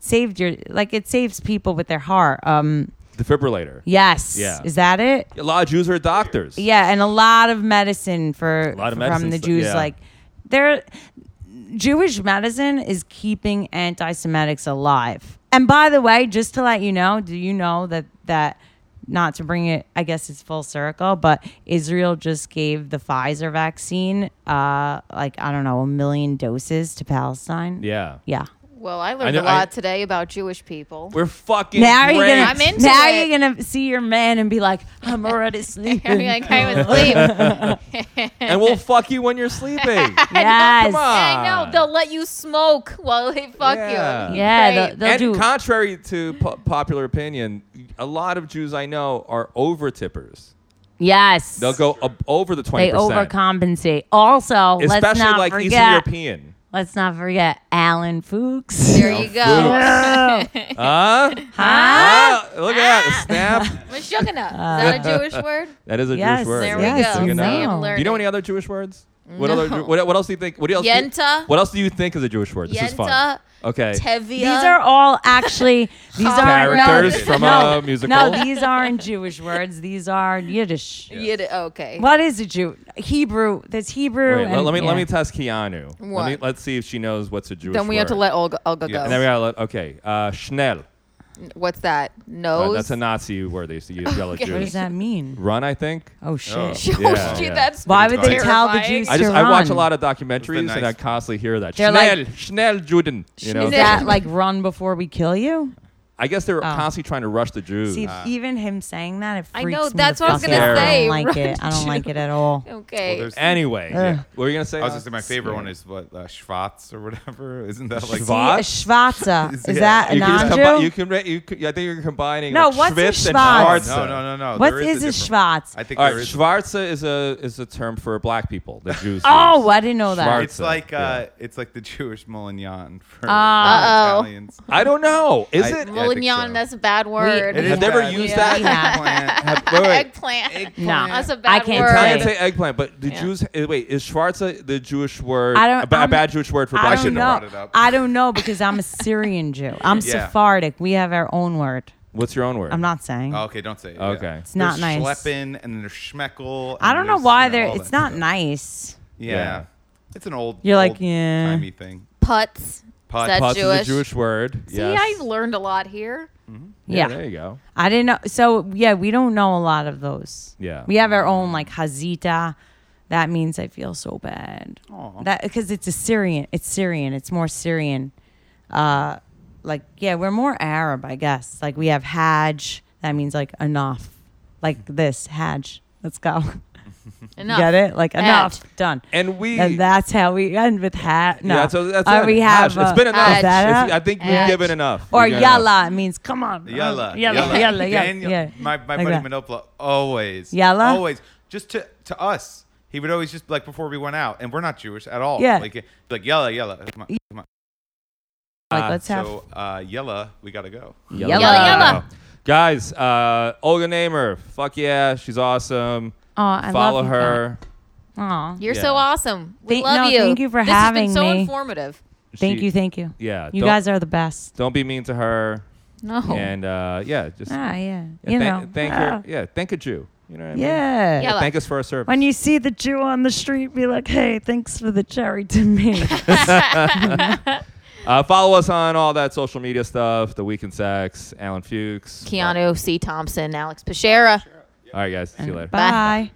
[SPEAKER 4] saved your like it saves people with their heart um
[SPEAKER 1] Defibrillator.
[SPEAKER 4] yes
[SPEAKER 1] Yeah.
[SPEAKER 4] is that it
[SPEAKER 1] A lot of Jews are doctors.
[SPEAKER 4] Yeah, and a lot of medicine for
[SPEAKER 1] lot of
[SPEAKER 4] from
[SPEAKER 1] medicine
[SPEAKER 4] the
[SPEAKER 1] stu-
[SPEAKER 4] Jews.
[SPEAKER 1] yeah.
[SPEAKER 4] Like, they're Jewish medicine is keeping anti-Semitics alive. And by the way, just to let you know, do you know that that not to bring it, I guess it's full circle, but Israel just gave the Pfizer vaccine, uh, like I don't know, a million doses to Palestine.
[SPEAKER 1] Yeah.
[SPEAKER 4] yeah.
[SPEAKER 2] Well, I learned
[SPEAKER 1] I know-
[SPEAKER 2] a lot
[SPEAKER 1] I-
[SPEAKER 2] today about Jewish people.
[SPEAKER 1] We're fucking.
[SPEAKER 4] Now you're
[SPEAKER 1] great.
[SPEAKER 4] gonna
[SPEAKER 2] I'm into
[SPEAKER 4] now
[SPEAKER 2] it.
[SPEAKER 4] you're gonna see your man and be like, I'm already
[SPEAKER 2] I
[SPEAKER 4] sleeping.
[SPEAKER 2] mean, like, I was asleep.
[SPEAKER 1] and we'll fuck you when you're sleeping.
[SPEAKER 4] yes.
[SPEAKER 1] Come on.
[SPEAKER 2] I know. They'll let you smoke while they fuck
[SPEAKER 1] Yeah.
[SPEAKER 2] you.
[SPEAKER 4] Yeah,
[SPEAKER 2] Great.
[SPEAKER 4] they'll- they'll
[SPEAKER 1] and
[SPEAKER 4] do.
[SPEAKER 1] contrary to po- popular opinion, a lot of Jews I know are over tippers.
[SPEAKER 4] Yes.
[SPEAKER 1] They'll go up over the twenty
[SPEAKER 4] They
[SPEAKER 1] percent,
[SPEAKER 4] overcompensate. Also, let's
[SPEAKER 1] especially
[SPEAKER 4] not
[SPEAKER 1] like
[SPEAKER 4] forget.
[SPEAKER 1] Eastern European.
[SPEAKER 4] Let's not forget Alan Fuchs.
[SPEAKER 2] there you go.
[SPEAKER 1] Huh? Ah, look at that a snap.
[SPEAKER 2] Mashugana. Is that
[SPEAKER 1] Uh,
[SPEAKER 2] a Jewish word?
[SPEAKER 1] That is a
[SPEAKER 4] Yes,
[SPEAKER 1] Jewish word.
[SPEAKER 2] There we
[SPEAKER 4] Yes,
[SPEAKER 2] go.
[SPEAKER 1] Look
[SPEAKER 4] you
[SPEAKER 1] at that.
[SPEAKER 2] See, I'm
[SPEAKER 4] know.
[SPEAKER 1] Do you know
[SPEAKER 2] learning.
[SPEAKER 1] any other Jewish words? What other?
[SPEAKER 2] No.
[SPEAKER 1] What, what else do you think? What else? do you-
[SPEAKER 2] Yenta.
[SPEAKER 1] what else do you think is a Jewish word? This is fun.
[SPEAKER 2] Yenta.
[SPEAKER 1] Okay.
[SPEAKER 2] Tevia.
[SPEAKER 4] These are all actually these aren't
[SPEAKER 1] Characters
[SPEAKER 4] no,
[SPEAKER 1] from
[SPEAKER 4] no,
[SPEAKER 1] a musical.
[SPEAKER 4] No, these aren't Jewish words. These are Yiddish.
[SPEAKER 2] Yid- okay.
[SPEAKER 4] What is a Jew? Hebrew. That's Hebrew.
[SPEAKER 1] Wait, let,
[SPEAKER 4] and-
[SPEAKER 1] let me let me
[SPEAKER 4] yeah.
[SPEAKER 1] test Keanu. Let me,
[SPEAKER 2] What?
[SPEAKER 1] let's see if she knows what's a Jewish.
[SPEAKER 2] Then we have to
[SPEAKER 1] word.
[SPEAKER 2] let Olga, Olga
[SPEAKER 1] Yeah,
[SPEAKER 2] go.
[SPEAKER 1] and then we gotta let. Okay. Uh, Schnell.
[SPEAKER 2] What's that?
[SPEAKER 1] Uh,
[SPEAKER 2] Nose?
[SPEAKER 1] that's a Nazi word they used to use. Yell at
[SPEAKER 2] Okay.
[SPEAKER 4] What does
[SPEAKER 1] Jews.
[SPEAKER 4] that mean?
[SPEAKER 1] Run, I think.
[SPEAKER 4] Oh shit.
[SPEAKER 3] Oh.
[SPEAKER 2] Oh,
[SPEAKER 1] Yeah.
[SPEAKER 2] shit,
[SPEAKER 1] Yeah.
[SPEAKER 2] that's
[SPEAKER 4] Why would they tell the
[SPEAKER 2] terrifying.
[SPEAKER 4] Jews
[SPEAKER 1] I
[SPEAKER 4] to
[SPEAKER 1] just I watch a
[SPEAKER 4] run?
[SPEAKER 1] lot of documentaries
[SPEAKER 3] nice
[SPEAKER 1] and I
[SPEAKER 3] one.
[SPEAKER 1] constantly hear that.
[SPEAKER 4] They're
[SPEAKER 1] Schnell,
[SPEAKER 4] like-
[SPEAKER 1] schnell, Juden. You know,
[SPEAKER 4] Is that like run before we kill you?
[SPEAKER 1] I guess they're constantly trying to rush the Jews.
[SPEAKER 4] See, even him saying that, it
[SPEAKER 2] I
[SPEAKER 4] freaks
[SPEAKER 2] know,
[SPEAKER 4] me the
[SPEAKER 2] that's what I was
[SPEAKER 4] fuck
[SPEAKER 1] gonna
[SPEAKER 4] out. I
[SPEAKER 2] say.
[SPEAKER 4] don't like
[SPEAKER 2] Run,
[SPEAKER 4] it. I don't
[SPEAKER 2] Jew.
[SPEAKER 4] like it at all.
[SPEAKER 2] Okay.
[SPEAKER 3] Well, there's-
[SPEAKER 1] anyway,
[SPEAKER 4] Ugh.
[SPEAKER 1] what were you gonna say?
[SPEAKER 3] I was
[SPEAKER 1] Al?
[SPEAKER 3] just say my favorite one is what uh, Schwarz or whatever. Isn't that like
[SPEAKER 4] See,
[SPEAKER 1] Schwarz?
[SPEAKER 4] Schwarza. Is
[SPEAKER 3] Yeah.
[SPEAKER 4] that a
[SPEAKER 1] you can, just
[SPEAKER 4] non-Jew?
[SPEAKER 1] combi- you can. Re- you could- I think you're combining.
[SPEAKER 4] No,
[SPEAKER 1] like
[SPEAKER 4] what's a
[SPEAKER 1] Schwitz and Schwarze.
[SPEAKER 4] Schwarz?
[SPEAKER 3] No, no, no, no.
[SPEAKER 4] What
[SPEAKER 3] Oh, there
[SPEAKER 4] is a
[SPEAKER 3] different-
[SPEAKER 4] Schwarz?
[SPEAKER 3] I think
[SPEAKER 1] All
[SPEAKER 3] there
[SPEAKER 1] right,
[SPEAKER 3] is.
[SPEAKER 1] Schwarze is a is a term for black people. The Jews.
[SPEAKER 4] Oh,
[SPEAKER 1] use.
[SPEAKER 4] I didn't know that.
[SPEAKER 1] Schwarz-
[SPEAKER 3] It's like
[SPEAKER 1] Yeah.
[SPEAKER 3] uh, it's like the Jewish Molignon for
[SPEAKER 4] Uh-oh.
[SPEAKER 3] uh, Italians.
[SPEAKER 1] I don't know. Is
[SPEAKER 3] I-
[SPEAKER 1] it?
[SPEAKER 3] Yeah, I think
[SPEAKER 2] Molignon,
[SPEAKER 3] so.
[SPEAKER 2] that's a bad word.
[SPEAKER 1] Have they ever used
[SPEAKER 2] that?
[SPEAKER 3] that?
[SPEAKER 1] Have, wait, wait.
[SPEAKER 2] Eggplant.
[SPEAKER 4] Nah.
[SPEAKER 2] That's a
[SPEAKER 4] I
[SPEAKER 2] bad
[SPEAKER 4] can't
[SPEAKER 2] word.
[SPEAKER 1] Italians
[SPEAKER 4] Right.
[SPEAKER 1] say eggplant, but the
[SPEAKER 2] Yeah.
[SPEAKER 1] Jews. eh, Wait, is Schwarze the Jewish word?
[SPEAKER 4] I don't-
[SPEAKER 1] a, ba- a
[SPEAKER 4] I'm-
[SPEAKER 1] bad Jewish word for
[SPEAKER 4] I
[SPEAKER 1] black
[SPEAKER 4] don't
[SPEAKER 3] shouldn't
[SPEAKER 1] people.
[SPEAKER 3] have
[SPEAKER 4] know.
[SPEAKER 3] brought it up.
[SPEAKER 4] I don't know because I'm a Syrian Jew. I'm
[SPEAKER 3] Yeah.
[SPEAKER 4] Sephardic. We have our own word.
[SPEAKER 1] What's your own word?
[SPEAKER 4] I'm not saying.
[SPEAKER 3] Oh, okay, don't say it. yeah.
[SPEAKER 1] Okay. It's
[SPEAKER 4] not
[SPEAKER 3] there's
[SPEAKER 4] nice.
[SPEAKER 3] Schleppen and then there's Schmeckel. and
[SPEAKER 4] I don't know
[SPEAKER 3] there's,
[SPEAKER 4] why
[SPEAKER 3] you
[SPEAKER 4] they're.
[SPEAKER 3] all
[SPEAKER 4] It's
[SPEAKER 3] that
[SPEAKER 4] not
[SPEAKER 3] stuff.
[SPEAKER 4] nice.
[SPEAKER 3] Yeah.
[SPEAKER 1] Yeah.
[SPEAKER 3] It's an old.
[SPEAKER 4] You're like,
[SPEAKER 3] old
[SPEAKER 4] yeah.
[SPEAKER 3] Timey thing.
[SPEAKER 2] Putz.
[SPEAKER 3] Putz.
[SPEAKER 2] Is that
[SPEAKER 1] Pus
[SPEAKER 2] Jewish?
[SPEAKER 1] is a Jewish word.
[SPEAKER 2] See,
[SPEAKER 1] yes.
[SPEAKER 2] I learned a lot here.
[SPEAKER 4] Yeah.
[SPEAKER 1] There you go.
[SPEAKER 4] I didn't know. So yeah, we don't know a lot of those.
[SPEAKER 1] Yeah.
[SPEAKER 4] We have our own like Hazita. That means I feel so bad.
[SPEAKER 3] Aw.
[SPEAKER 4] That because it's Assyrian. It's Syrian. It's more Syrian. Uh, like yeah, we're more Arab, I guess. Like we have Hajj. That means like enough. Like this Hajj. Let's go.
[SPEAKER 1] Mm-hmm.
[SPEAKER 2] Enough.
[SPEAKER 4] Get it? Like
[SPEAKER 2] Hajj.
[SPEAKER 4] enough. Done.
[SPEAKER 1] And we.
[SPEAKER 4] And that's how we end with Hajj. No.
[SPEAKER 1] yeah, that's, that's
[SPEAKER 4] Uh,
[SPEAKER 1] it.
[SPEAKER 4] we have.
[SPEAKER 1] Hajj.
[SPEAKER 4] uh,
[SPEAKER 1] it's been enough.
[SPEAKER 4] is that
[SPEAKER 1] It's-
[SPEAKER 4] it?
[SPEAKER 1] I think we've
[SPEAKER 2] Hajj.
[SPEAKER 1] given enough.
[SPEAKER 4] or
[SPEAKER 1] We've given enough.
[SPEAKER 4] yalla means come on.
[SPEAKER 3] Yalla.
[SPEAKER 4] Yalla. Yalla. Yalla.
[SPEAKER 3] Daniel-
[SPEAKER 4] yeah.
[SPEAKER 3] My, my
[SPEAKER 4] Like
[SPEAKER 3] buddy
[SPEAKER 4] that.
[SPEAKER 3] Manopla always.
[SPEAKER 4] Yalla?
[SPEAKER 3] Always. Just to, to us. He would always just like before we went out, and we're not Jewish at all.
[SPEAKER 4] Yeah.
[SPEAKER 3] Like, like yella, yella. Come on, come on.
[SPEAKER 4] Like
[SPEAKER 1] Uh,
[SPEAKER 4] let's have
[SPEAKER 3] So uh, yella, we gotta go.
[SPEAKER 4] Yalla.
[SPEAKER 2] Yalla.
[SPEAKER 1] Guys, uh, Olga Namer, fuck yeah, she's awesome.
[SPEAKER 4] Oh, I
[SPEAKER 1] Follow
[SPEAKER 4] love
[SPEAKER 1] her.
[SPEAKER 4] Oh,
[SPEAKER 2] You're
[SPEAKER 1] Yeah.
[SPEAKER 2] so awesome. We
[SPEAKER 4] Thank-
[SPEAKER 2] love
[SPEAKER 4] no,
[SPEAKER 2] you.
[SPEAKER 4] thank you for
[SPEAKER 2] this
[SPEAKER 4] having
[SPEAKER 2] has been so
[SPEAKER 4] me.
[SPEAKER 2] informative.
[SPEAKER 4] thank
[SPEAKER 1] She-
[SPEAKER 4] you, thank you.
[SPEAKER 1] Yeah,
[SPEAKER 4] you
[SPEAKER 1] don't-
[SPEAKER 4] guys are the best.
[SPEAKER 1] Don't be mean to her.
[SPEAKER 2] No.
[SPEAKER 1] And uh, yeah, just
[SPEAKER 4] Ah, yeah.
[SPEAKER 1] yeah, thank,
[SPEAKER 4] you know.
[SPEAKER 1] thank
[SPEAKER 4] ah,
[SPEAKER 1] her. Yeah, thank a Jew. You know what I mean?
[SPEAKER 4] Yeah.
[SPEAKER 2] Yeah,
[SPEAKER 1] Thank us for our service.
[SPEAKER 4] When you see the Jew on the street, be like, "Hey, thanks for the cherry to me."
[SPEAKER 1] uh, follow us on all that social media stuff. The Weekend Sex, Alan Fuchs.
[SPEAKER 2] Keanu C. Thompson, Alex Pachera.
[SPEAKER 4] Uh-huh.
[SPEAKER 1] All right, guys. See you later.
[SPEAKER 4] Bye.